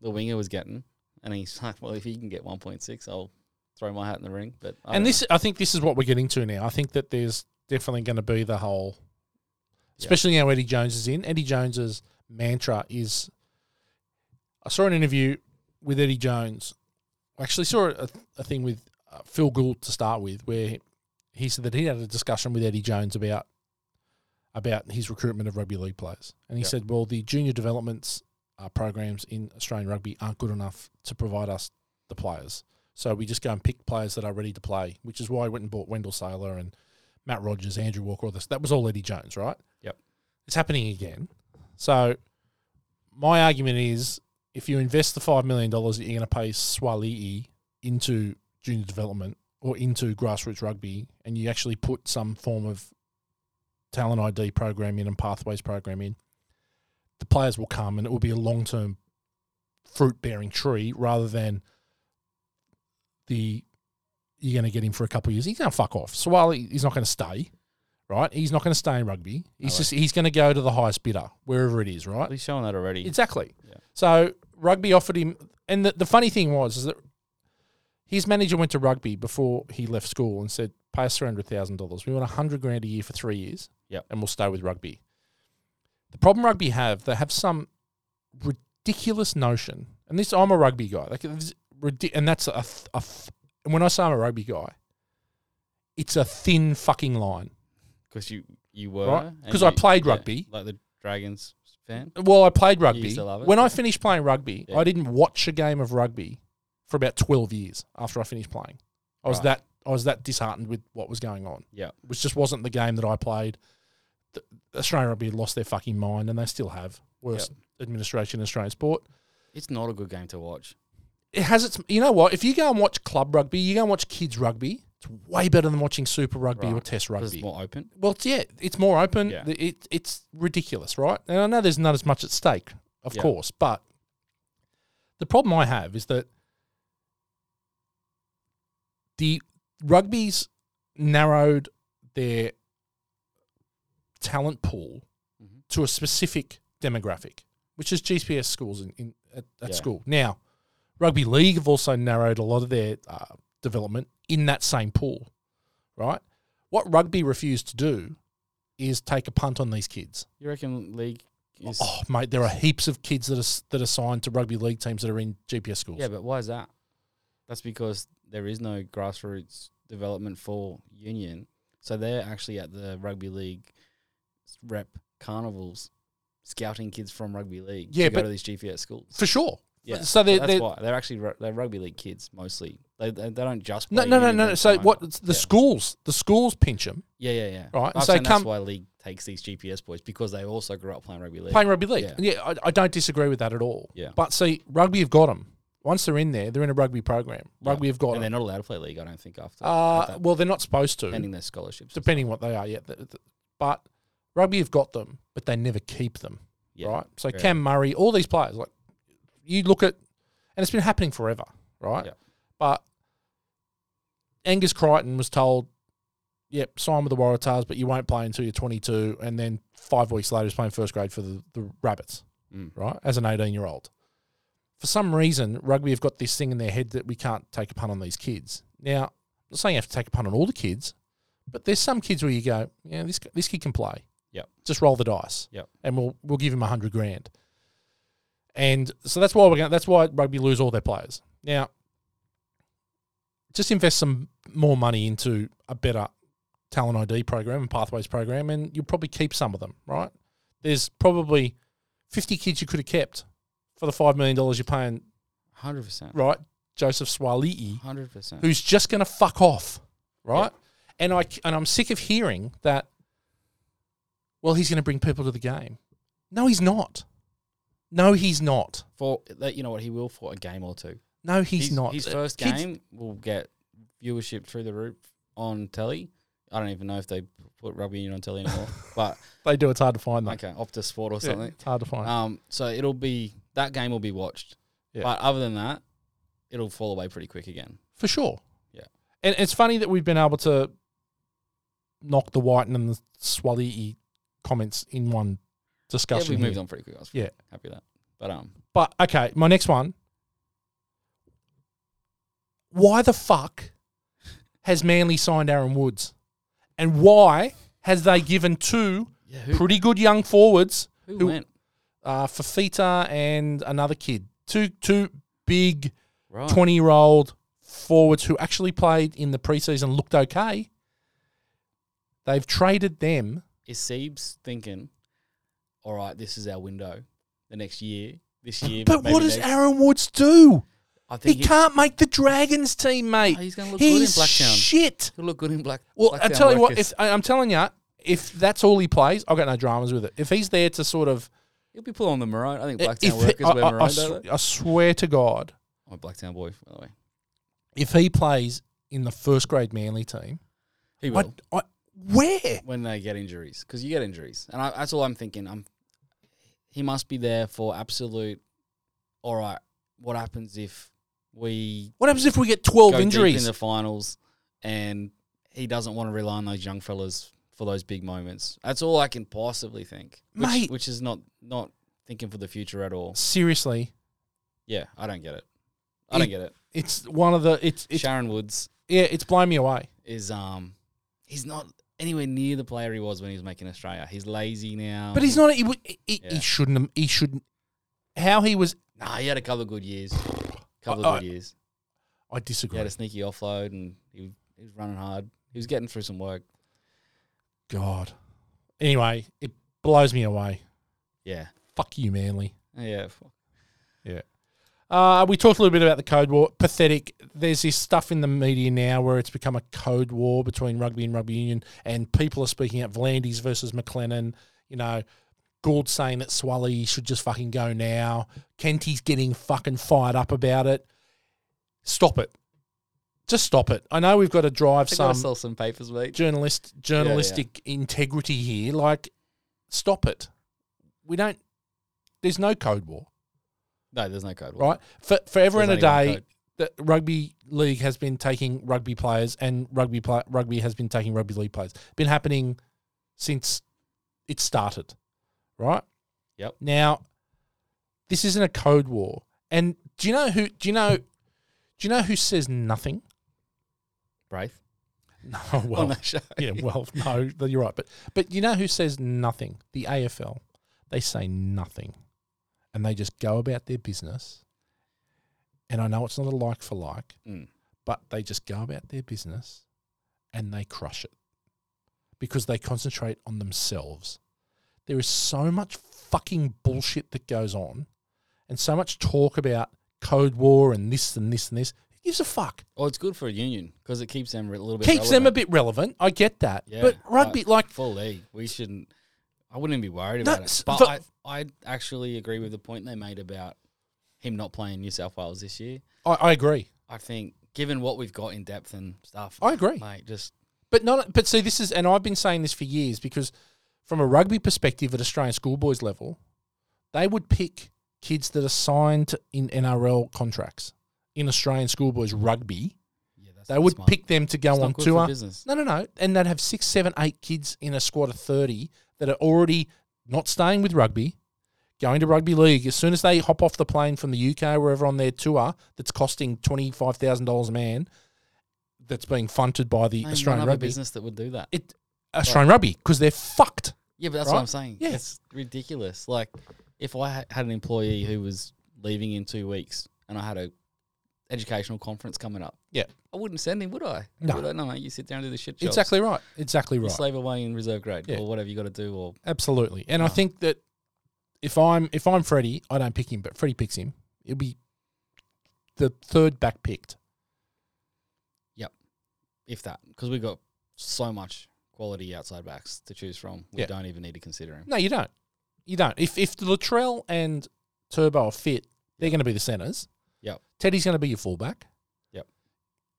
the winger was getting and he's like, Well, if he can get one point six, I'll throw my hat in the ring. But I don't and this, I think, this is what we're getting to now. I think that there's definitely going to be the whole, Yeah. especially now Eddie Jones is in. Eddie Jones's mantra is. I saw an interview with Eddie Jones. I actually saw a, a thing with uh, Phil Gould to start with, where he, he said that he had a discussion with Eddie Jones about about his recruitment of rugby league players, and he Yeah. said, "Well, the junior developments uh, programs in Australian rugby aren't good enough to provide us the players." So we just go and pick players that are ready to play, which is why I went and bought Wendell Saylor and Matt Rogers, Andrew Walker, all this. That was all Eddie Jones, right? Yep. It's happening again. So my argument is if you invest the $5 million that you're going to pay Swali'i into junior development or into grassroots rugby and you actually put some form of talent ID program in and pathways program in, the players will come and it will be a long term fruit bearing tree rather than the you're going to get him for a couple of years. He's going to fuck off. Swali, he's not going to stay, right? He's not going to stay in rugby. He's No way. just he's going to go to the highest bidder wherever it is, right? know. he's showing that already. Exactly. Yeah. So rugby offered him, and the, the funny thing was is that his manager went to rugby before he left school and said, "Pay us three hundred thousand dollars. We want hundred grand a year for three years, Yep. and we'll stay with rugby." The problem rugby have they have some ridiculous notion, and this I'm a rugby guy, like it's ridi- and that's a, th- a th- and when I say I'm a rugby guy, it's a thin fucking line. Because you, you were Right. and 'Cause I you- played yeah, rugby. like the Dragons fan. Well, I played rugby. used to love it, when I yeah. finished playing rugby, Yeah. I didn't watch a game of rugby for about twelve years after I finished playing. I was Right. that I was that disheartened with what was going on. Yeah. which just wasn't the game that I played. The, Australian rugby had lost their fucking mind, and they still have worst administration in Australian sport. It's not a good game to watch. It has its. You know what? If you go and watch club rugby, you go and watch kids rugby. It's way better than watching Super Rugby or Right. Test 'cause rugby. it's more open. Well, it's, yeah, it's more open. Yeah. The- It, it's ridiculous, right? And I know there's not as much at stake, of Yeah. course, but the problem I have is that the rugby's narrowed their talent pool Mhm. to a specific demographic, which is GPS schools in, in at, at Yeah. school. Now, rugby league have also narrowed a lot of their uh, development in that same pool, right? What rugby refused to do is take a punt on these kids. You reckon league is Oh, mate, there are heaps of kids that are s- that are signed to rugby league teams that are in GPS schools. Yeah, but why is that? That's because there is no grassroots development for union. So they're actually at the rugby league rep carnivals scouting kids from rugby league Yeah, to go but- to these GPS schools. for sure. Yeah. So they're, that's they're why they're actually ru- they're rugby league kids mostly. They they, they don't just no, play no, no, union, no, they no. So sign- what? The yeah. schools, the schools pinch them Yeah, yeah, yeah. Right, and I'm so saying come- that's why league takes these GPS boys because they also grew up playing rugby league. playing rugby league. Yeah. Yeah, I, I don't disagree with that at all. Yeah. but see, rugby have got them. Once they're in there, they're in a rugby program. Yeah. Rugby have got and they're them. not allowed to play league. I don't think after Uh, that, well, they're not supposed to. pending their scholarships. depending what they are. Yeah, th- th- but rugby have got them, but they never keep them. Yeah, right. So fair Cam Murray, all these players, like you look at, and it's been happening forever, right? Yeah. But Angus Crichton was told, "Yep, sign with the Waratahs, but you won't play until you're 22." And then five weeks later, he's playing first grade for the, the Rabbits, Mm. right? As an 18 year old. For some reason, rugby have got this thing in their head that we can't take a punt on these kids. Now, I'm not saying you have to take a punt on all the kids, but there's some kids where you go, yeah, this this kid can play. Yep. Just roll the dice. Yep. And we'll we'll give him a hundred grand. And so that's why we're going. That's why rugby lose all their players. Now, just invest some more money into a better talent ID program and pathways program, and you'll probably keep some of them, right? There's probably 50 kids you could have kept for the $5 million you're paying, Hundred percent. right? Joseph Swali'i, Hundred percent. who's just going to fuck off, right? And, I, and I'm sick of hearing that, well, he's going to bring people to the game. No, he's not. No, he's not. For that, you know what he will for a game or two. No, he's, His- not. His Uh, first kids- game will get viewership through the roof on telly. I don't even know if they put rugby union on telly anymore, but They do. It's hard to find them. okay, Optus Sport or Yeah, something. it's hard to find. Um, so it'll be that game will be watched, Yeah. but other than that, it'll fall away pretty quick again. for sure. Yeah. and it's funny that we've been able to knock the Whiten and the Swali'i comments in one Yeah, discussion. we moved here. on pretty quick. I was Yeah. happy with that. But um, But okay, my next one. Why the fuck has Manly signed Aaron Woods, and why has they given two yeah, who, pretty good young forwards who, who- went uh, Fafita and another kid. Two two big right? twenty year old forwards who actually played in the preseason looked okay. They've traded them. Is Siebes thinking, all right, this is our window, the next year, this year. But what maybe does next." Aaron Woods do? I He think he- can't make the Dragons team, mate. Oh, he's gonna look good in He's Blacktown. shit. he'll look good in black. Well, I Blacktown tell you what, Workers. if, I- I'm telling you, if that's all he plays, I've got no dramas with it. If he's there to sort of, he'll be pulling the maroon. I think if, Blacktown workers I, wear I- I maroon. s- don't they? I swear to God, I'm a Blacktown boy, by the way. if he plays in the first grade Manly team, He will I, I, where? when they get injuries because you get injuries, and I, that's all I'm thinking. I'm he must be there for absolute. All right, what happens if we What happens if we get 12 go deep injuries? in the finals, and he doesn't want to rely on those young fellas for those big moments. That's all I can possibly think, which, Mate. which is not not thinking for the future at all. Seriously, Yeah, I don't get it. I don't It- get it. it's one of the it's, it's Sharon Woods yeah, it's blown me away. is um, he's not anywhere near the player he was when he was making Australia. He's lazy now, But he's not. He, would- he, he- Oh. Yeah. he shouldn't. have- He shouldn't. How he was? Nah, he had a couple of good years. Couple I- of good years. I He disagree. had a sneaky offload, and he, he was running hard. He was getting through some work. God. Anyway, it blows me away. Yeah, Fuck you, Manly. yeah. Uh, we talked a little bit about the code war. Pathetic. There's this stuff in the media now where it's become a code war between rugby and rugby union, and people are speaking out. Vlandis versus McLennan. You know, Gould saying that Swally should just fucking go now. Kenty's getting fucking fired up about it. Stop it. Just stop it. I know we've got to drive I gotta some sell some papers, mate. journalist journalistic integrity here. Like, stop it. We don't. There's no code war, No, there's no code. right? For forever There's and a only day, one code. the rugby league has been taking rugby players, and rugby pla rugby has been taking rugby league players. Been happening since it started, right? Yep. Now, this isn't a code war, and do you know who? Do you know? Do you know who says nothing? Brave. No, on that show. yeah, well, no, th- you're right. But but you know who says nothing? The AFL. They say nothing. And they just go about their business. And I know it's not a like for like, Mm. but they just go about their business and they crush it. Because they concentrate on themselves. There is so much fucking bullshit that goes on and so much talk about Code War and this and this and this. Who gives a fuck? Well, it's good for a union because it keeps them re- a little bit. Keeps them a relevant. bit relevant. I get that. Yeah, but rugby, like full league. We shouldn't. I wouldn't be worried No, about s- it. But for- I, I actually agree with the point they made about him not playing New South Wales this year. I, I agree. I think, given what we've got in depth and stuff, I agree. Like, just But not but see this is and I've been saying this for years because from a rugby perspective at Australian schoolboys level, they would pick kids that are signed to- in NRL contracts in Australian schoolboys rugby. yeah, that's They not would smart. pick them to go It's not on good for tour. business. No, no, no. And they'd have six, seven, eight kids in a squad of 30 that are already not staying with rugby, going to rugby league. As soon as they hop off the plane from the UK, wherever on their tour, that's costing $25,000 a man, that's being funded by the Name Australian one other rugby. business that would do that. It, uh, Australian rugby, because they're fucked. Yeah, but that's Right? what I'm saying. Yeah. It's ridiculous. Like, if I ha- had an employee who was leaving in two weeks and I had a educational conference coming up. Yeah. I wouldn't send him, would I? No. Would I? No, mate, you sit down and do the shit jobs. Exactly right. Exactly You right. slave away in reserve grade Yeah. or whatever you got to do or Absolutely. And I No. think that if I'm if I'm Freddie, I don't pick him, but Freddie picks him. It'll be the third back picked. if that. Because we've got so much quality outside backs to choose from. We Yeah. don't even need to consider him. No, you don't. You don't. If if Latrell and Turbo are fit, they're going to be the centers. Yep. Teddy's going to be your fullback. Yep.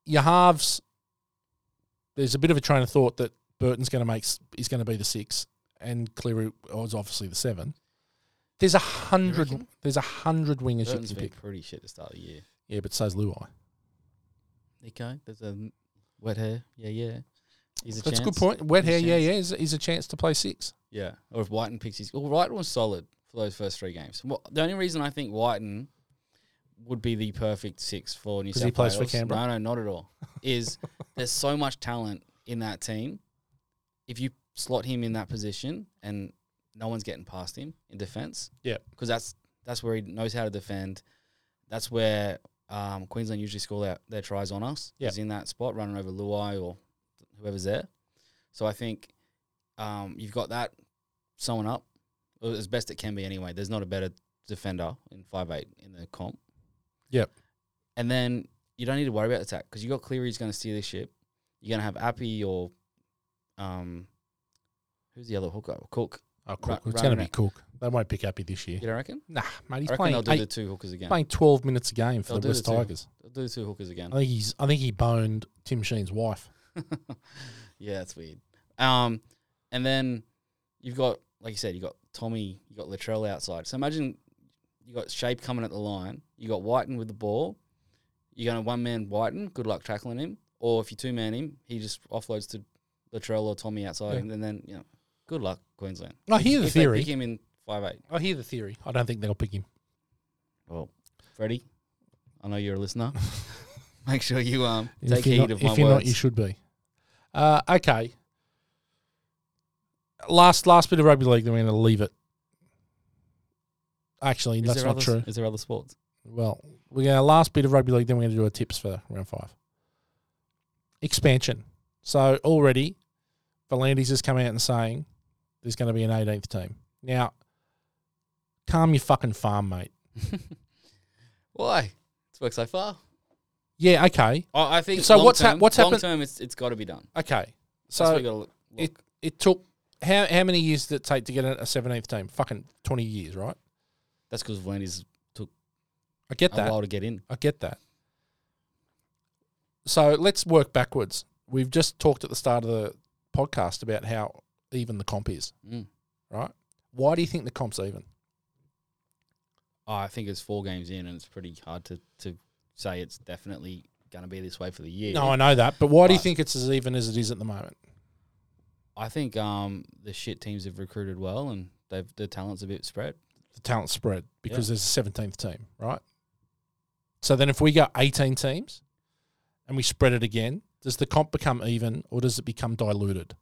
Your halves. There's a bit of a train of thought that Burton's going to make s- is going to be the six, and Cleary was obviously the seven. There's a hundred. reckon? There's a hundred wingers you Burton's can been pick. pretty shit to start the year. Yeah, but so's Luai. Nico, there's a n- wet hair. Yeah, yeah. He's a That's a good chance. point. Wet hair, He's a yeah, chance. yeah, is, is a chance to play six. Yeah. Or if Whiten picks his. Well, Whiten was solid for those first three games. Well, the only reason I think Whiten would be the perfect six for New 'Cause South he plays for Wales- Canberra? No, no, not at all. Is there's so much talent in that team. If you slot him in that position and no one's getting past him in defence. Yep. Because that's that's where he knows how to defend. That's where um, Queensland usually score their, their tries on us. Yep. Is in that spot, running over Luai or whoever's there. So I think um, you've got that sewn up uh, as best it can be anyway. There's not a better defender in five eight in the comp. Yep. And then you don't need to worry about attack because you got Cleary's going to steer this ship. You're going to have Appy or um, who's the other hooker? Cook. Oh, Cook. Ra- it's going to be Ramanat. Cook. They won't pick Appy this year. You don't reckon? Nah, mate, he's I reckon playing, they'll do eight- the two hookers again. playing 12 minutes a game for They'll the do West the two. Tigers. They'll do the two hookers again. I think he's. I think he boned Tim Sheen's wife. yeah, that's weird. Um, and then you've got, like you said, you got Tommy, you got Latrell outside. So imagine you got Shape coming at the line. You got Whiten with the ball. You're going to one man Whiten. Good luck tackling him. Or if you two man him, he just offloads to Latrell or Tommy outside, Yeah. and then you know, good luck Queensland. I hear the if they pick theory. him in five eight, I hear the theory. I don't think they'll pick him. well, Freddie, I know you're a listener. Make sure you um If take you're heed not, of if my you're not, words. you should be. Uh, okay. Last last bit of rugby league, then we're going to leave it. Actually, Is that's there not other- true. Is there other sports? Well, we're going to last bit of rugby league, then we're going to do our tips for round five. Expansion. So already, Valandis has come out and saying there's going to be an 18th team. Now, calm your fucking farm, mate. Why? It's worked so far. Yeah, okay, I I think So long what's hap- term- what's long happened- term? It's it's got to be done. okay. So So we got to look. it look. it took how how many years did it take to get a 17th team? Fucking 20 years, right? that's because Vlandis I get a that. while to get in. I get that. So let's work backwards. We've just talked at the start of the podcast about how even the comp is. Mm. right? Why do you think the comp's even? Oh, I think it's four games in, and it's pretty hard to to say it's definitely going to be this way for the year. No, I know that, but why do you Right. think it's as even as it is at the moment? I think um the shit teams have recruited well, and they've the talent's a bit spread. The talent spread because there's a seventeenth team, right? So then, if we go eighteen teams and we spread it again, does the comp become even or does it become diluted?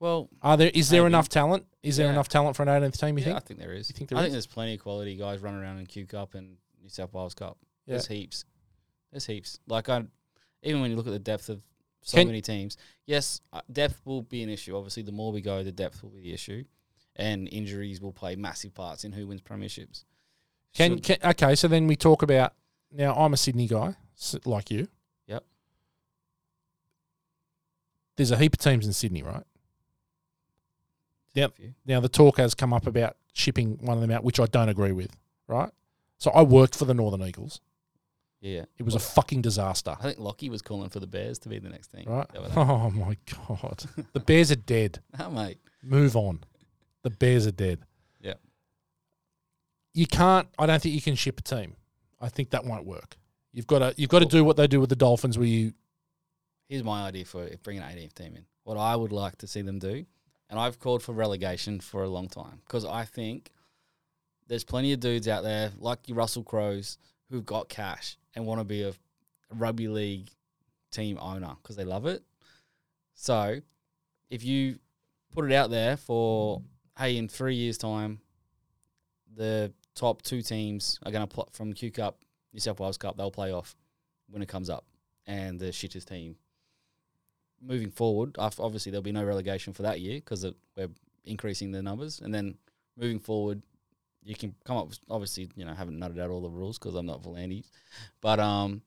Well, Are there is there Maybe. enough talent? Is there Yeah. enough talent for an eighteenth team? You yeah, I think? think there is. You think there I is? think there's plenty of quality guys running around in Q Cup and New South Wales Cup. Yeah. There's heaps. There's heaps. Like I, even when you look at the depth of so Can- many teams, yes, uh, depth will be an issue. Obviously, the more we go, the depth will be the issue, and injuries will play massive parts in who wins premierships. Can, Should- can okay? So then we talk about now. I'm a Sydney guy, s- like you. Yep. There's a heap of teams in Sydney, right? yep. if you- Now the talk has come up about shipping one of them out, which I don't agree with. Right. So I worked for the Northern Eagles. yeah, yeah. It was a fucking disaster. I think Lockie was calling for the Bears to be the next team. Right. They were like, Oh my god. The Bears are dead. "Nah, mate. Move on. The Bears are dead. Yeah. You can't. I don't think you can ship a team. I think that won't work. You've got to. You've got to do what they do with the Dolphins, where you Here's my idea for bringing an 18th team in. What I would like to see them do, and I've called for relegation for a long time because I think there's plenty of dudes out there like your Russell Crowe's who've got cash and want to be a rugby league team owner because they love it. So if you put it out there for hey, in three years' time, the top two teams are going to plot from Q Cup, New South Wales Cup, they'll play off. when it comes up, and the shitters team. Moving forward, af- obviously there'll be no relegation for that year because we're increasing the numbers, and then moving forward, you can come up. with Obviously, you know, I haven't nutted out all the rules because I'm not Volandis, but um,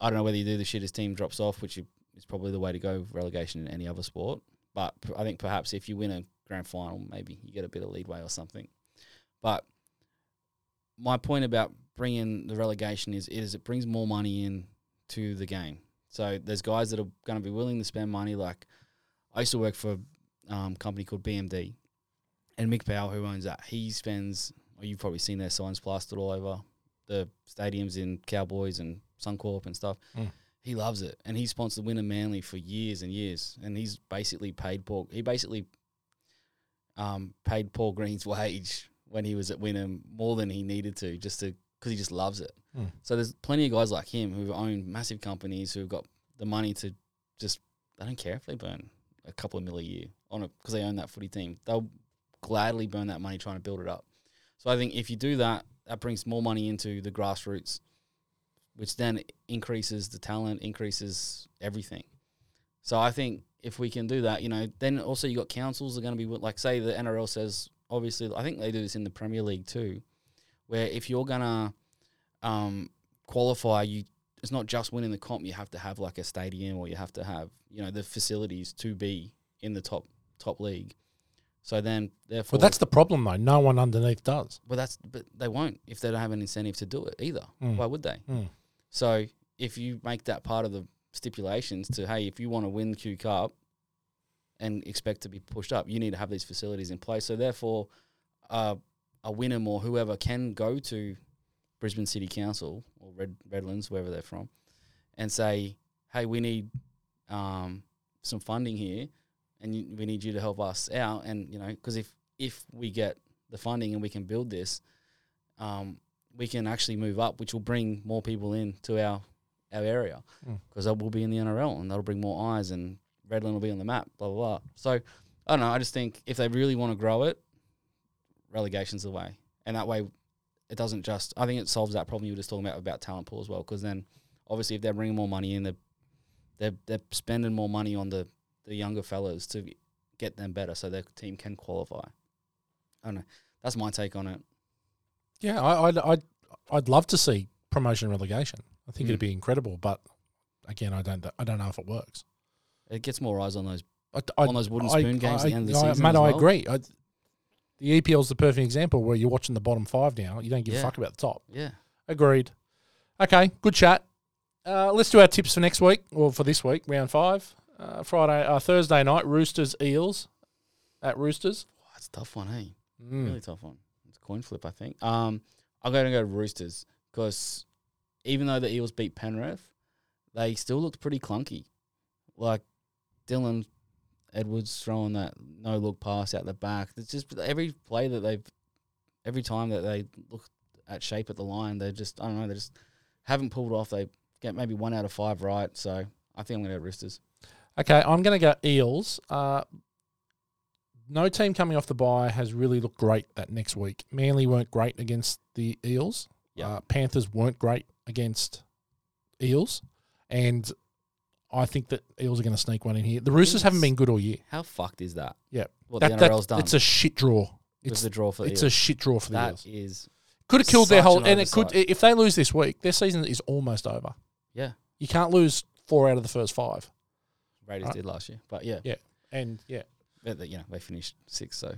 I don't know whether you do the shitters team drops off, which you- is probably the way to go relegation in any other sport. But p- I think perhaps if you win a grand final, maybe you get a bit of leadway or something. But my point about bringing the relegation is is it brings more money in to the game. So there's guys that are going to be willing to spend money. Like I used to work for um, a company called BMD, and Mick Powell, who owns that, he spends. Well, you've probably seen their signs plastered all over the stadiums in Cowboys and Suncorp and stuff. Mm. He loves it, and he sponsored Winner Manly for years and years, and he's basically paid Paul. He basically um, paid Paul Green's wage when he was at Wynnum more than he needed to, just to because he just loves it. Hmm. So there's plenty of guys like him who own massive companies who've got the money to just they don't care if they burn a couple of mil a year on it because they own that footy team. They'll gladly burn that money trying to build it up. So I think if you do that, that brings more money into the grassroots, which then increases the talent, increases everything. So I think if we can do that, you know, then also you got councils are going to be like, say the NRL says, obviously, I think they do this in the Premier League too, where if you're gonna um, qualify, you it's not just winning the comp. You have to have like a stadium, or you have to have you know the facilities to be in the top top league. So then, therefore, Well, that's the problem though. No one underneath does. well, that's but they won't if they don't have an incentive to do it either. Mm. Why would they? Mm. So if you make that part of the stipulations to hey, if you want to win the Q Cup and expect to be pushed up, you need to have these facilities in place. So therefore, uh, a Wynnum or whoever can go to Brisbane City Council or Red Redlands, wherever they're from, and say, hey, we need um, some funding here, and you, we need you to help us out. And you know, because if if we get the funding and we can build this, um, we can actually move up, which will bring more people in to our our area Mm. because will be in the NRL and that'll bring more eyes and Redland will be on the map. Blah blah blah. So I don't know. I just think if they really want to grow it, relegation's the way, and that way it doesn't just. I think it solves that problem you were just talking about about talent pool as well, because then obviously if they're bringing more money in, they're they're, they're spending more money on the the younger fellas to get them better so their team can qualify. I don't know. That's my take on it. Yeah, I, I'd, I'd I'd love to see promotion and relegation. I think Mm. it'd be incredible, but again, I don't I don't know if it works. It gets more eyes on those. I, I- On those wooden I- spoon games at the end of the I- season Mate, as I well. agree. I, the E EPL's the perfect example where you're watching the bottom five now. You don't give a Yeah. fuck about the top. Yeah. Agreed. Okay, good chat. Uh, let's do our tips for next week or for this week, round five. Uh, Friday, uh, Thursday night, Roosters Eels at Roosters. Oh, it's a tough one, hey. Mm. Really tough one. It's a coin flip, I think. Um, I'm going to go Roosters because even though the Eels beat Penrith, they still looked pretty clunky. Like Dylan Edwards throwing that no look pass out the back. It's just every play that they've, every time that they look at shape at the line, they just I don't know. They just haven't pulled off. They get maybe one out of five right. So I think I'm going to go Roosters. Okay, I'm going to go Eels. Uh, no team coming off the bye has really looked great that next week. Manly weren't great against the Eels. Yeah. Uh, Panthers weren't great against Eels. And I think that Eels are going to sneak one in here. The Roosters haven't Eels. been good all year. How fucked is that? Yeah. What That- the that- NRL's done. It's a shit draw. with It's, the draw for the it's Eels. a shit draw for the Eels. That is- Could have killed their such an whole. And it could. oversight. If they lose this week, their season is almost over. yeah. You can't lose four out of the first five. Raiders Right. did last year, but yeah, And Uh, yeah. but they- you know they finished sixth, so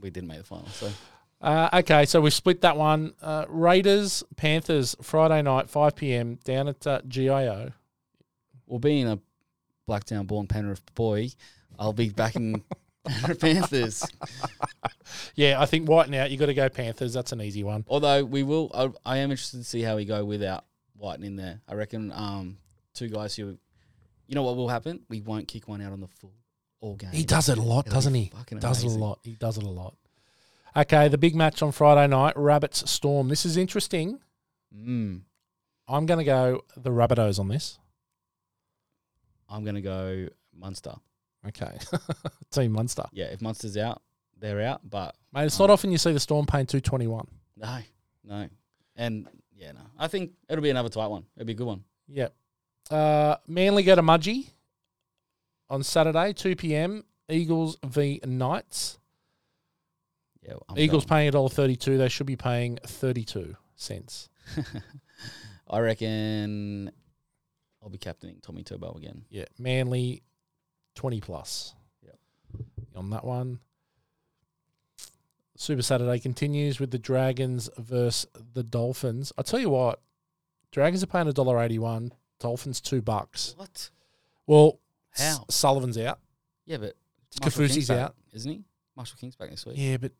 we didn't make the final. So Uh, okay, so we've split that one. Uh, Raiders, Panthers, Friday night, 5 p.m. down at uh, GIO. well, being a Blacktown born Penrith boy, I'll be backing Penrith Panthers. Yeah, I think White now, you got to go Panthers. That's an easy one. Although we will, I, I am interested to see how we go without Whiten in there. I reckon um, two guys who, you know what will happen? We won't kick one out on the full all game. He does it a lot, It'll be doesn't he? fucking Does it a amazing. lot. He does it a lot. Okay, the big match on Friday night, Rabbits Storm. This is interesting. Mm, I'm going to go the Rabbitohs on this. I'm gonna go Munster. Okay, Team Munster. Yeah, if Munster's out, they're out. But Mate, it's not often you see the Storm paying 221. No, no. And yeah, no. I think it'll be another tight one. It'll be a good one. Yep. Uh, Manly go to Mudgee on Saturday, 2 p.m. Eagles v Knights. Yeah, well, I'm Eagles going- paying $1.32. They should be paying 32 cents. I reckon I'll be captaining Tommy Turbo again. Yeah. Manly, 20 plus. Yep. On that one. Super Saturday continues with the Dragons versus the Dolphins. I tell you what, Dragons are paying $1.81, Dolphins 2 bucks. What? Well, S- How? Sullivan's out. Yeah, but Marshall Kafusi's King's back, out. isn't he? Marshall King's back this week. Yeah, but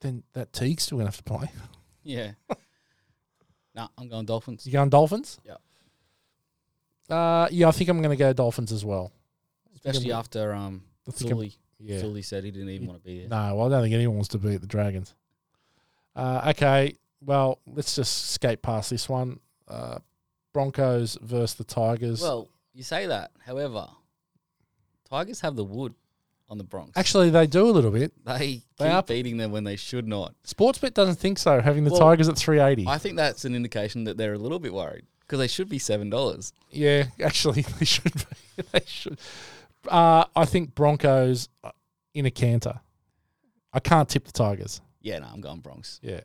then that Teague's still gonna have to play. Yeah. nah, I'm going Dolphins. You going Dolphins? Yep. Uh, yeah, I think I'm gonna go Dolphins as well. Especially I'm- after um I think I'm- Thule, yeah. Thule said he didn't even want to be there. No, well, I don't think anyone wants to be at the Dragons. Uh, okay, well, let's just skate past this one. Uh, Broncos versus the Tigers. Well, you say that. However, Tigers have the wood on the Bronx. Actually, they do a little bit. they keep are- beating them when they should not. Sportsbet doesn't think so. Having the Well, Tigers at 380. I think that's an indication that they're a little bit worried because they should be seven dollars. Yeah, actually, they should. Be. They should. Uh, I think Broncos uh, in a canter. I can't tip the Tigers. Yeah, no, I'm going Bronx. Yeah.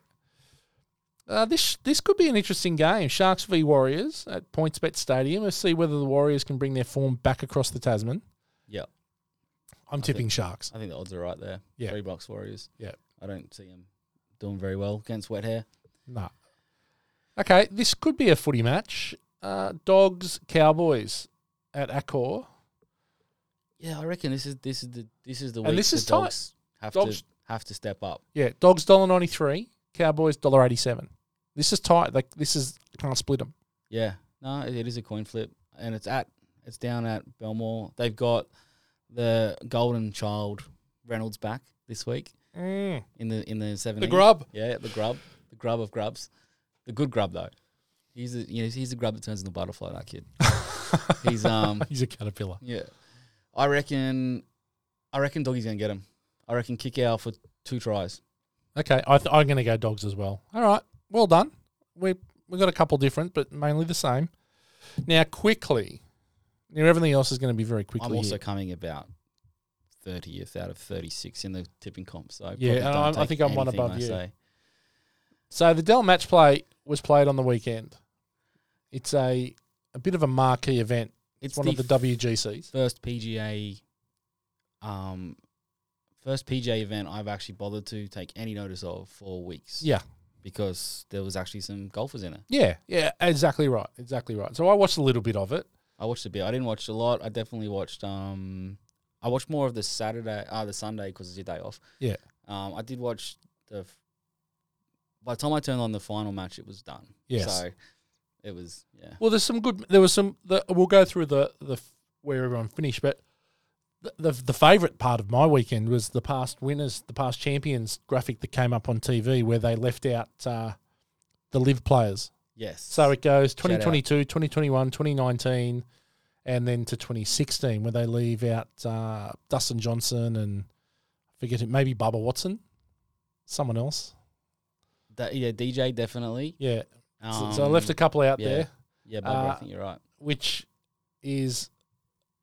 Uh, this this could be an interesting game. Sharks v Warriors at PointsBet Stadium. Let's see whether the Warriors can bring their form back across the Tasman. Yeah, I'm I tipping Sharks. I think the odds are right there. Yeah. three bucks Warriors. Yeah. I don't see them doing very well against wet hair. Nah. Okay, this could be a footy match. Uh, Dogs Cowboys at Accor. Yeah, I reckon this is this is the this is the And week this the is tight. dogs have Dogs- to have to step up. Yeah, Dogs dollar ninety three, Cowboys dollar eighty seven. This is tight. Like this is can't split them. Yeah, no, it, it is a coin flip, and it's at it's down at Belmore. They've got the golden child Reynolds back this week Mm. in the in the seven. The grub. yeah, the grub, the grub of grubs, the good grub though. He's the you know he's the grub that turns into a butterfly. That kid. He's um He's a caterpillar. yeah, I reckon, I reckon Doggy's gonna get him. I reckon kick out for two tries. Okay, I th- I'm going to go dogs as well. All right, well done. We we got a couple different, but mainly the same. Now quickly, now everything else is going to be very quickly. I'm also here. coming about. 30th out of 36 in the tipping comp. So Yeah, probably and don't I'm- I take think I'm one anything above I you. say. So the Dell Match Play was played on the weekend. It's a a bit of a marquee event. It's one the of the WGCs. first PGA, um, first PGA event I've actually bothered to take any notice of for weeks. Yeah, because there was actually some golfers in it. yeah, yeah. Exactly right. Exactly right. So I watched a little bit of it. I watched a bit. I didn't watch a lot. I definitely watched. Um, I watched more of the Saturday, uh, the Sunday because it's your day off. Yeah. Um, I did watch the. f- By the time I turned on the final match, it was done. Yes. So, it was yeah. Well, there's some good. There was some. The, we'll go through the the f- where everyone finished, but the the, the favourite part of my weekend was the past winners, the past champions graphic that came up on TV where they left out uh, the live players. Yes. So it goes Shout out. 2022, 2021, 2019, and then to 2016 where they leave out uh, Dustin Johnson and I forget it, maybe Bubba Watson, someone else. That- yeah, DJ definitely. Yeah. So- so I Um, left a couple out yeah. there. Yeah, but I uh, think you're right. which is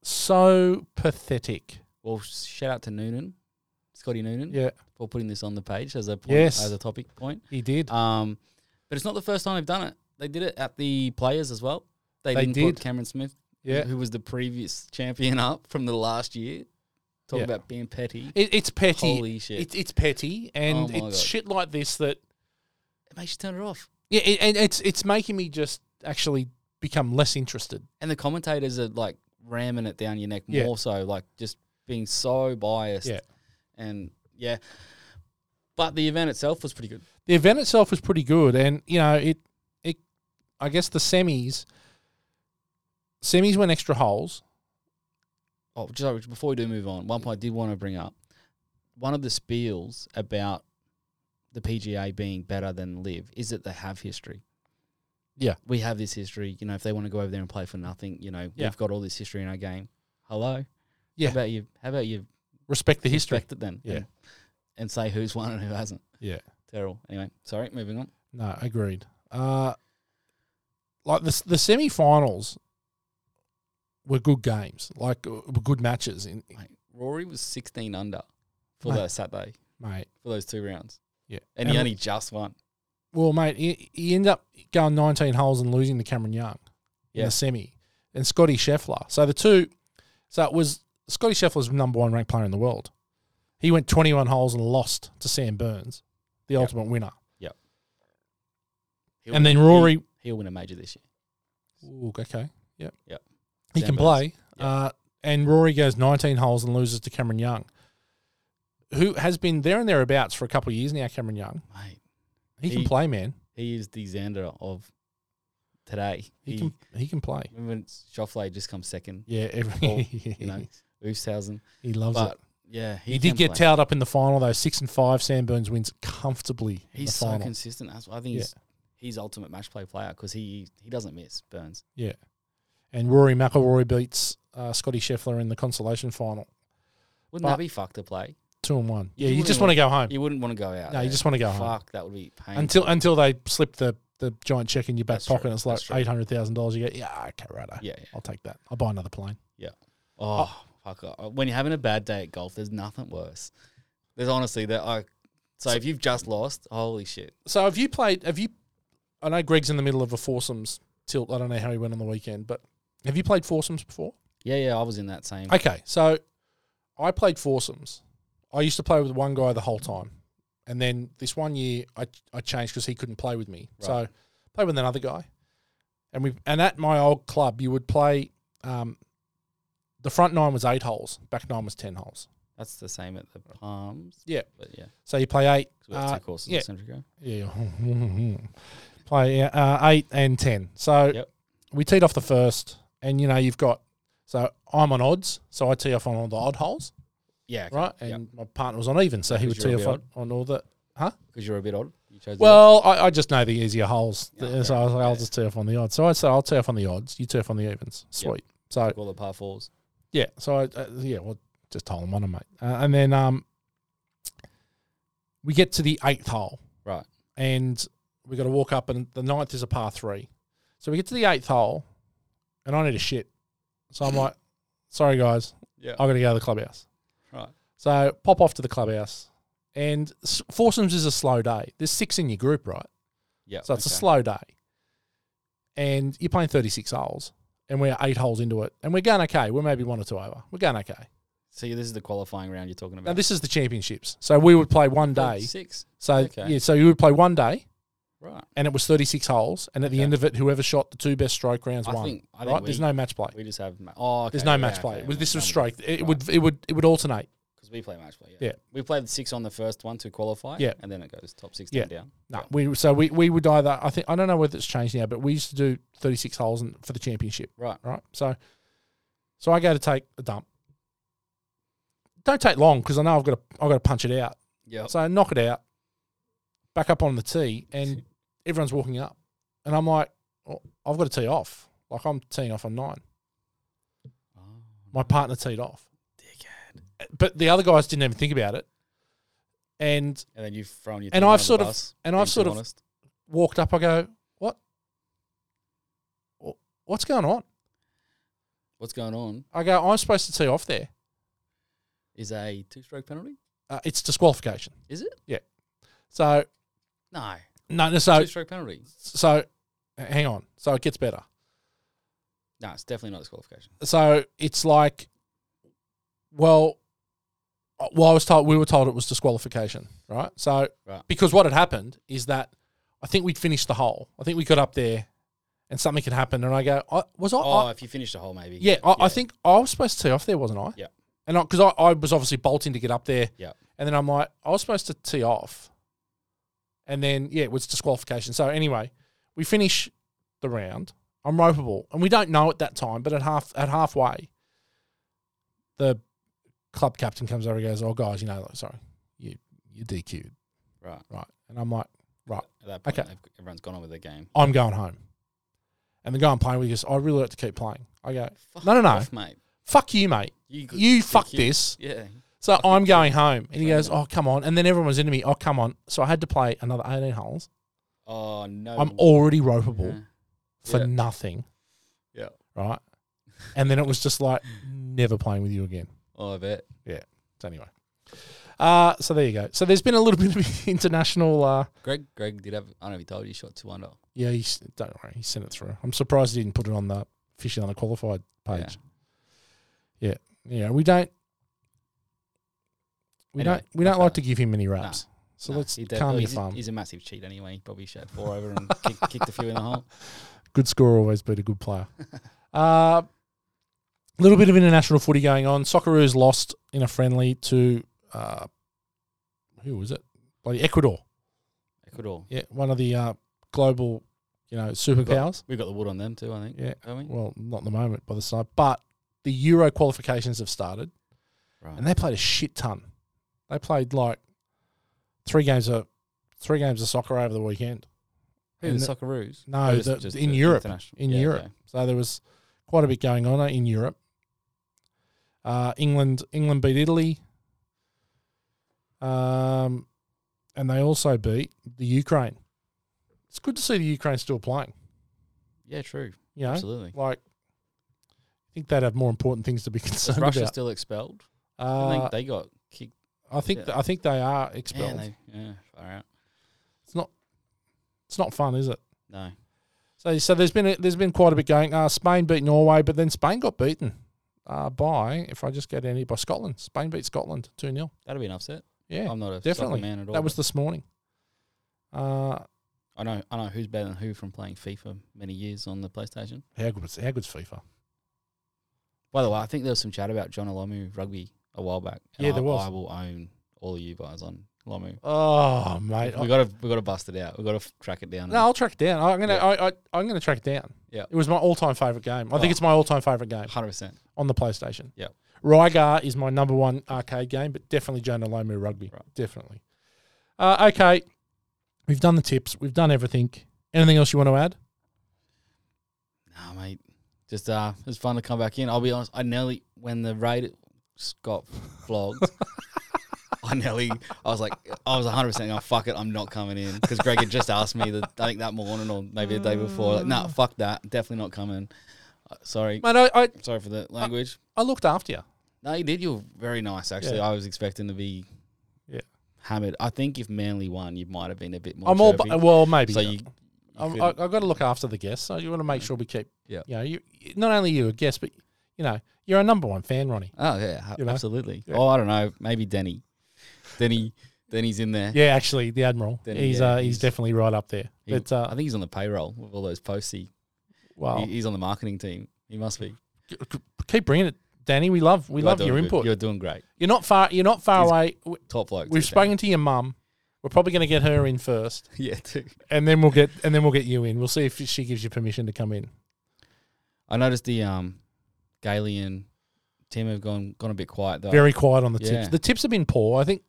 so pathetic. Well, sh- shout out to Noonan, Scotty Noonan, Yeah, for putting this on the page as a point, Yes. as a topic point. he did. Um, but it's not the first time they've done it. They did it at the Players as well. They, They didn't did. put Cameron Smith, yeah, who was the previous champion up from the last year. Talk Yeah. about being petty. it, it's petty. Holy shit! Oh It, it's petty, and my it's God. shit like this that it makes you turn it off. yeah, it, and it's it's making me just actually become less interested. And the commentators are like ramming it down your neck Yeah. more so, like just being so biased. Yeah. And yeah, but the event itself was pretty good. The event itself was pretty good, and you know it it I guess the semis semis went extra holes. oh, just sorry, before we do move on, one point I did want to bring up one of the spiels about the PGA being better than Live is that they have history. Yeah. we have this history. You know, if they want to go over there and play for nothing, you know, Yeah. we've got all this history in our game. Hello. Yeah. How about you? How about you Respect the history. respect it then? Yeah. And, and say who's won and who hasn't. Yeah. Terrible. Anyway, sorry. Moving on. No, agreed. Uh, like the the semi-finals were good games, like uh, were good matches. In Mate, Rory was 16 under for Mate. that Saturday, mate, for those two rounds. yeah, And, he only just won. well, mate, he, he ended up going 19 holes and losing to Cameron Young in Yeah. the semi, and Scotty Scheffler. So the two, so it was Scotty Scheffler's number one ranked player in the world. He went 21 holes and lost to Sam Burns, the Yep. ultimate winner. He'll and win- then Rory, He'll win a major this year. Ooh, okay, yep, Yep. he Sam can Burns. play. Yep. Uh, and Rory goes 19 holes and loses to Cameron Young, who has been there and thereabouts for a couple of years now. Cameron Young, Mate, he, can He- play, man. he is the Xander of today. He, can he can play. When Schauffele just comes second, Yeah, every, Or, you know, Oosthuizen. he loves But it. yeah, He, did can get play. towed up in the final though. Six and five, Sanburns wins comfortably. in He's the so final. consistent. That's why I think Yeah. he's he's ultimate match play player because he he doesn't miss Burns. Yeah. And Rory McIlroy beats uh, Scotty Scheffler in the consolation final, Wouldn't But- that be fucked to play? two and one. You Yeah, you wouldn't just want to go home You wouldn't want to go out. No, you there. just wanna go Fuck, home. that would be painful. until until they slip the, the giant check in your back That's true. pocket. and It's like That's true. eight hundred thousand dollars. You go, yeah, okay, right. yeah. yeah. I'll take that. I'll buy another plane. Oh, fuck! I- When you're having a bad day at golf, there's nothing worse. There's honestly that. I so if you've just lost, holy shit! So have you played? Have you? I know Greg's in the middle of a foursomes tilt. I don't know how he went on the weekend, but have you played foursomes before? Yeah, yeah, I was in that same. Okay, so I played foursomes. I used to play with one guy the whole time, and then this one year I I changed because he couldn't play with me. So Right. play with another guy, and we and at my old club you would play. Um, the front nine was eight holes, back nine was ten holes. That's the same at the Palms. Yeah. but yeah, So you play eight, 'cause we have Uh, two courses yeah. at Central Grove. Yeah. Play uh, eight and ten. So Yep. we teed off the first, and you know you've got. So I'm on odds, so I tee off on all the odd holes, Yeah, right? And my partner was on even, so he Because would tee you're a off bit on, on all the. because you're a bit odd. You chose the Well, I, I just know the easier holes, Yeah, so fair I was like, I'll Yeah. just tee off on the odds. So I said I'll tee off on the odds, you tee off on the evens. Sweet. So odd, all the par fours. yeah, so I, uh, yeah, well, just hole them on them, mate. Uh, and then um, we get to the eighth hole, Right. And we got to walk up, and the ninth is a par three. So we get to the eighth hole, and I need a shit. So I'm like, sorry guys, Yeah, I've got to go to the clubhouse. right. So pop off to the clubhouse, and s- foursomes is a slow day. There's six in your group, right? Yeah, So it's a okay. slow day. And you're playing 36 holes, and we're eight holes into it, and we're going okay. We're maybe one or two over. We're going okay. So yeah, this is the qualifying round you're talking Now about. this is the championships. So we would play one day. six. So Okay. yeah, so you would play one day, Right. and it was 36 holes, and at the Okay. end of it, whoever shot the two best stroke rounds I won. think. I think right? There's we, no match play. We just have. Ma- oh, okay, There's no yeah, match okay, play. yeah, Well, this was no, straight. It right. would it would it would alternate. Because we play match play. Yeah. Yeah. We played six on the first one to qualify. Yeah. And then it goes top six Yeah. down down. No, we so we, we would either I think I don't know whether it's changed now, but we used to do 36 holes and, for the championship. Right. right? So, so I go to take a dump. Don't take long because I know I've got to I've got to punch it out. Yeah. So I knock it out, back up on the tee, and everyone's walking up, and I'm like, well, I've got to tee off. Like I'm teeing off on nine. Oh, My partner teed off, dickhead. but the other guys didn't even think about it, and And then you've thrown your. And team I've under sort the of- bus, and being I've sort too of- honest. walked up. I go, what? Wh- What's going on? What's going on? I go, I'm supposed to tee off there. Is a two-stroke penalty? Uh, it's disqualification. Is it? So No. no, no, so two-stroke penalty. so hang on. So it gets better. No, it's definitely not disqualification. So it's like, well, uh, well, I was told we were told it was disqualification, right? So Right. because what had happened is that I think we'd finished the hole. I think we got up there, and something had happened, and I go, I, was I? Oh, I- if you finish the hole, maybe. yeah, I, I think I was supposed to tee off there, wasn't I? Yeah. And because I, I, was obviously bolting to get up there. Yeah. And then I'm like, I was supposed to tee off, and then yeah, it was disqualification. So anyway, we finish the round. I'm ropeable, and we don't know at that time, but at half at halfway, the club captain comes over and goes, "Oh, guys, you know, like, sorry, you you DQ'd, Right. right?" And I'm like, "Right, At that point, Okay. they've- everyone's gone on with their game. I'm going home." And the guy I'm playing with goes, "I really like to keep playing." I go, Fuck No, no, no. off, mate. "Fuck you, mate. You, could- You could fuck kill- this." Yeah. So I'm going home, and he Fair goes, "Oh, enough. come on!" And then everyone was into me. Oh, come on! So I had to play another 18 holes. Oh no. I'm already ropeable. Yeah. for Yeah. nothing, Yeah. right? And then it was just like never playing with you again. Oh, I bet. So anyway, uh, so there you go. So there's been a little bit of international. Uh, Greg, Greg did have. I don't know if he told you, he shot two under. yeah, he, s- don't worry, he sent it through. I'm surprised he didn't put it on the officially on the qualified page. Yeah, yeah, we don't. We Anyway, don't. We don't enough like of to give him any raps. So Nah, let's he did- calm well, your he's, farm. he's a massive cheat anyway. He probably shot four over and kicked, kicked a few in the hole. good scorer always beat a good player. A uh, little bit of international footy going on. Socceroos lost in a friendly to uh, who was it? Bloody Ecuador. Ecuador. Yeah, one of the uh, global, you know, superpowers. We got the wood on them too, I think. Yeah. Haven't we? Well, not at the moment by the side, but the Euro qualifications have started, Right. and they played a shit ton. They played like three games of three games of soccer over the weekend. Who, and the the- Socceroos? No, Or just- the, just in the Europe, international- in Yeah, Europe. okay. So there was quite a bit going on in Europe. Uh, England, England beat Italy, um, and they also beat the Ukraine. It's good to see the Ukraine still playing. Yeah, true. You know, Absolutely. like I think they'd have more important things to be Is concerned Russia about. still expelled? I Uh, think they got kicked. I think yeah. th- I think they are Yeah, expelled. they, yeah, far out. it's not it's not fun, is it? No. So so there's been a, there's been quite a bit going. Uh, Spain beat Norway, but then Spain got beaten uh, by if I just get any by Scotland. Spain beat Scotland two 0 That'll be an upset. Yeah, I'm not a definitely. soccer man at all. that was this morning. Uh, I know I know who's better than who from playing FIFA many years on the PlayStation. how good was how good's FIFA? By the way, I think there was some chat about John Olomu rugby a while back. and Yeah, there I, was. I will own all of you guys on Lomu. Oh mate, We I- gotta we gotta bust it out. We gotta f- track it down. no, I'll track it down. I'm gonna Yeah. I, I I'm gonna track it down. Yeah. it was my all time favorite game. I think Oh. it's my all time favorite game. hundred percent. on the PlayStation. Yep. Rygar is my number one arcade game, but definitely Jonah Lomu Rugby. Right. Definitely. Uh, okay. We've done the tips. We've done everything. Anything else you want to add? Nah, mate. Just uh, it's fun to come back in. I'll be honest. I nearly when the raid got flogged. I nearly. I was like, I was 100 percent going. Fuck it, I'm not coming in because Greg had just asked me that. I think that morning or maybe the day before. Like, nah, fuck that. Definitely not coming. Uh, sorry, Mate, I, I, sorry for the language. I looked after you. No, you did. You were very nice, actually. Yeah. I was expecting to be, Yeah. hammered. I think if Manly won, you might have been a bit more. I'm all, chirpy. bu- well, maybe. so you, you I'm, couldn't- I, I've got to look after the guests. So you want to make sure we keep, Yeah. you know, you, not only you a guest, but, you know, you're a number one fan, Ronnie. Oh yeah, ha- You know? absolutely. Yeah. Oh, I don't know, maybe Denny. Denny, Denny's in there. Yeah, actually, the Admiral. Then, he's, yeah, uh, he's, he's- definitely right up there. He- but, I uh, Oh. think he's on the payroll with all those posts. He, well, he- he's on the marketing team. He must be. keep bringing it, Danny. We love, we You are love doing your good. input. You're, You're doing great. not far, you're not far He's- away. Top bloke. We've too, Danny. spoken to your mum. We're probably going to get her in first, Yeah, too. and then we'll get and then we'll get you in. We'll see if she gives you permission to come in. I noticed the um, Gailey and Tim have gone gone a bit quiet though. Very quiet on the Yeah. tips. The tips have been poor. I think.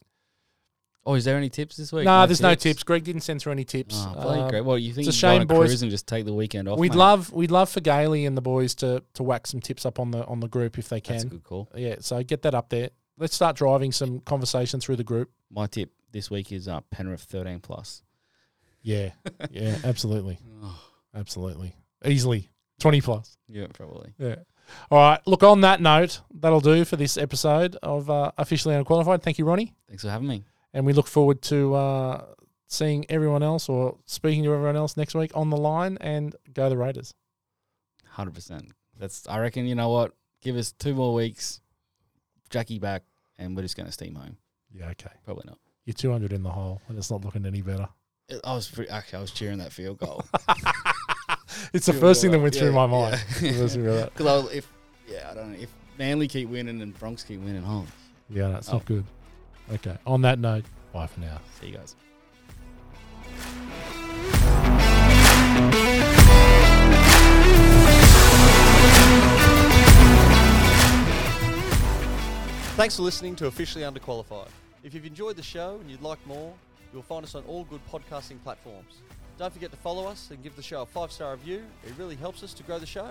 oh, is there any tips this No, week? there's no tips. Greg didn't send through any tips. Oh, bloody Um, great. Well, you think it's a you can shame, go on a boys. cruise and just take the weekend off? we'd mate? love we'd love for Gailey and the boys to to whack some tips up on the on the group if they That's a can. good call. Yeah, so get that up there. Let's start driving some conversation through the group. My tip this week is uh, Penrith 13 plus. Yeah, yeah, absolutely, Oh. absolutely, easily twenty plus. yeah, probably. Yeah. All right. Look, on that note, that'll do for this episode of uh, Officially Unqualified. Thank you, Ronnie. Thanks for having me. And we look forward to uh, seeing everyone else or speaking to everyone else next week on the line and go the Raiders. Hundred percent. That's I reckon. You know what? Give us two more weeks, Jackie back, and we're just gonna steam home. Yeah, okay. Probably not. You're 200 in the hole and it's not looking any better. It- I was pre- actually I was cheering that field goal It's the Field first thing goal. that went Yeah, through my mind. yeah. The first thing that- because if yeah I don't know if Manly keep winning and Bronx keep winning, home. Yeah, that's Oh. not good. Okay. On that note, bye for now. See you guys. Thanks for listening to Officially Underqualified. If you've enjoyed the show and you'd like more, you'll find us on all good podcasting platforms. Don't forget to follow us and give the show a five star review, it really helps us to grow the show.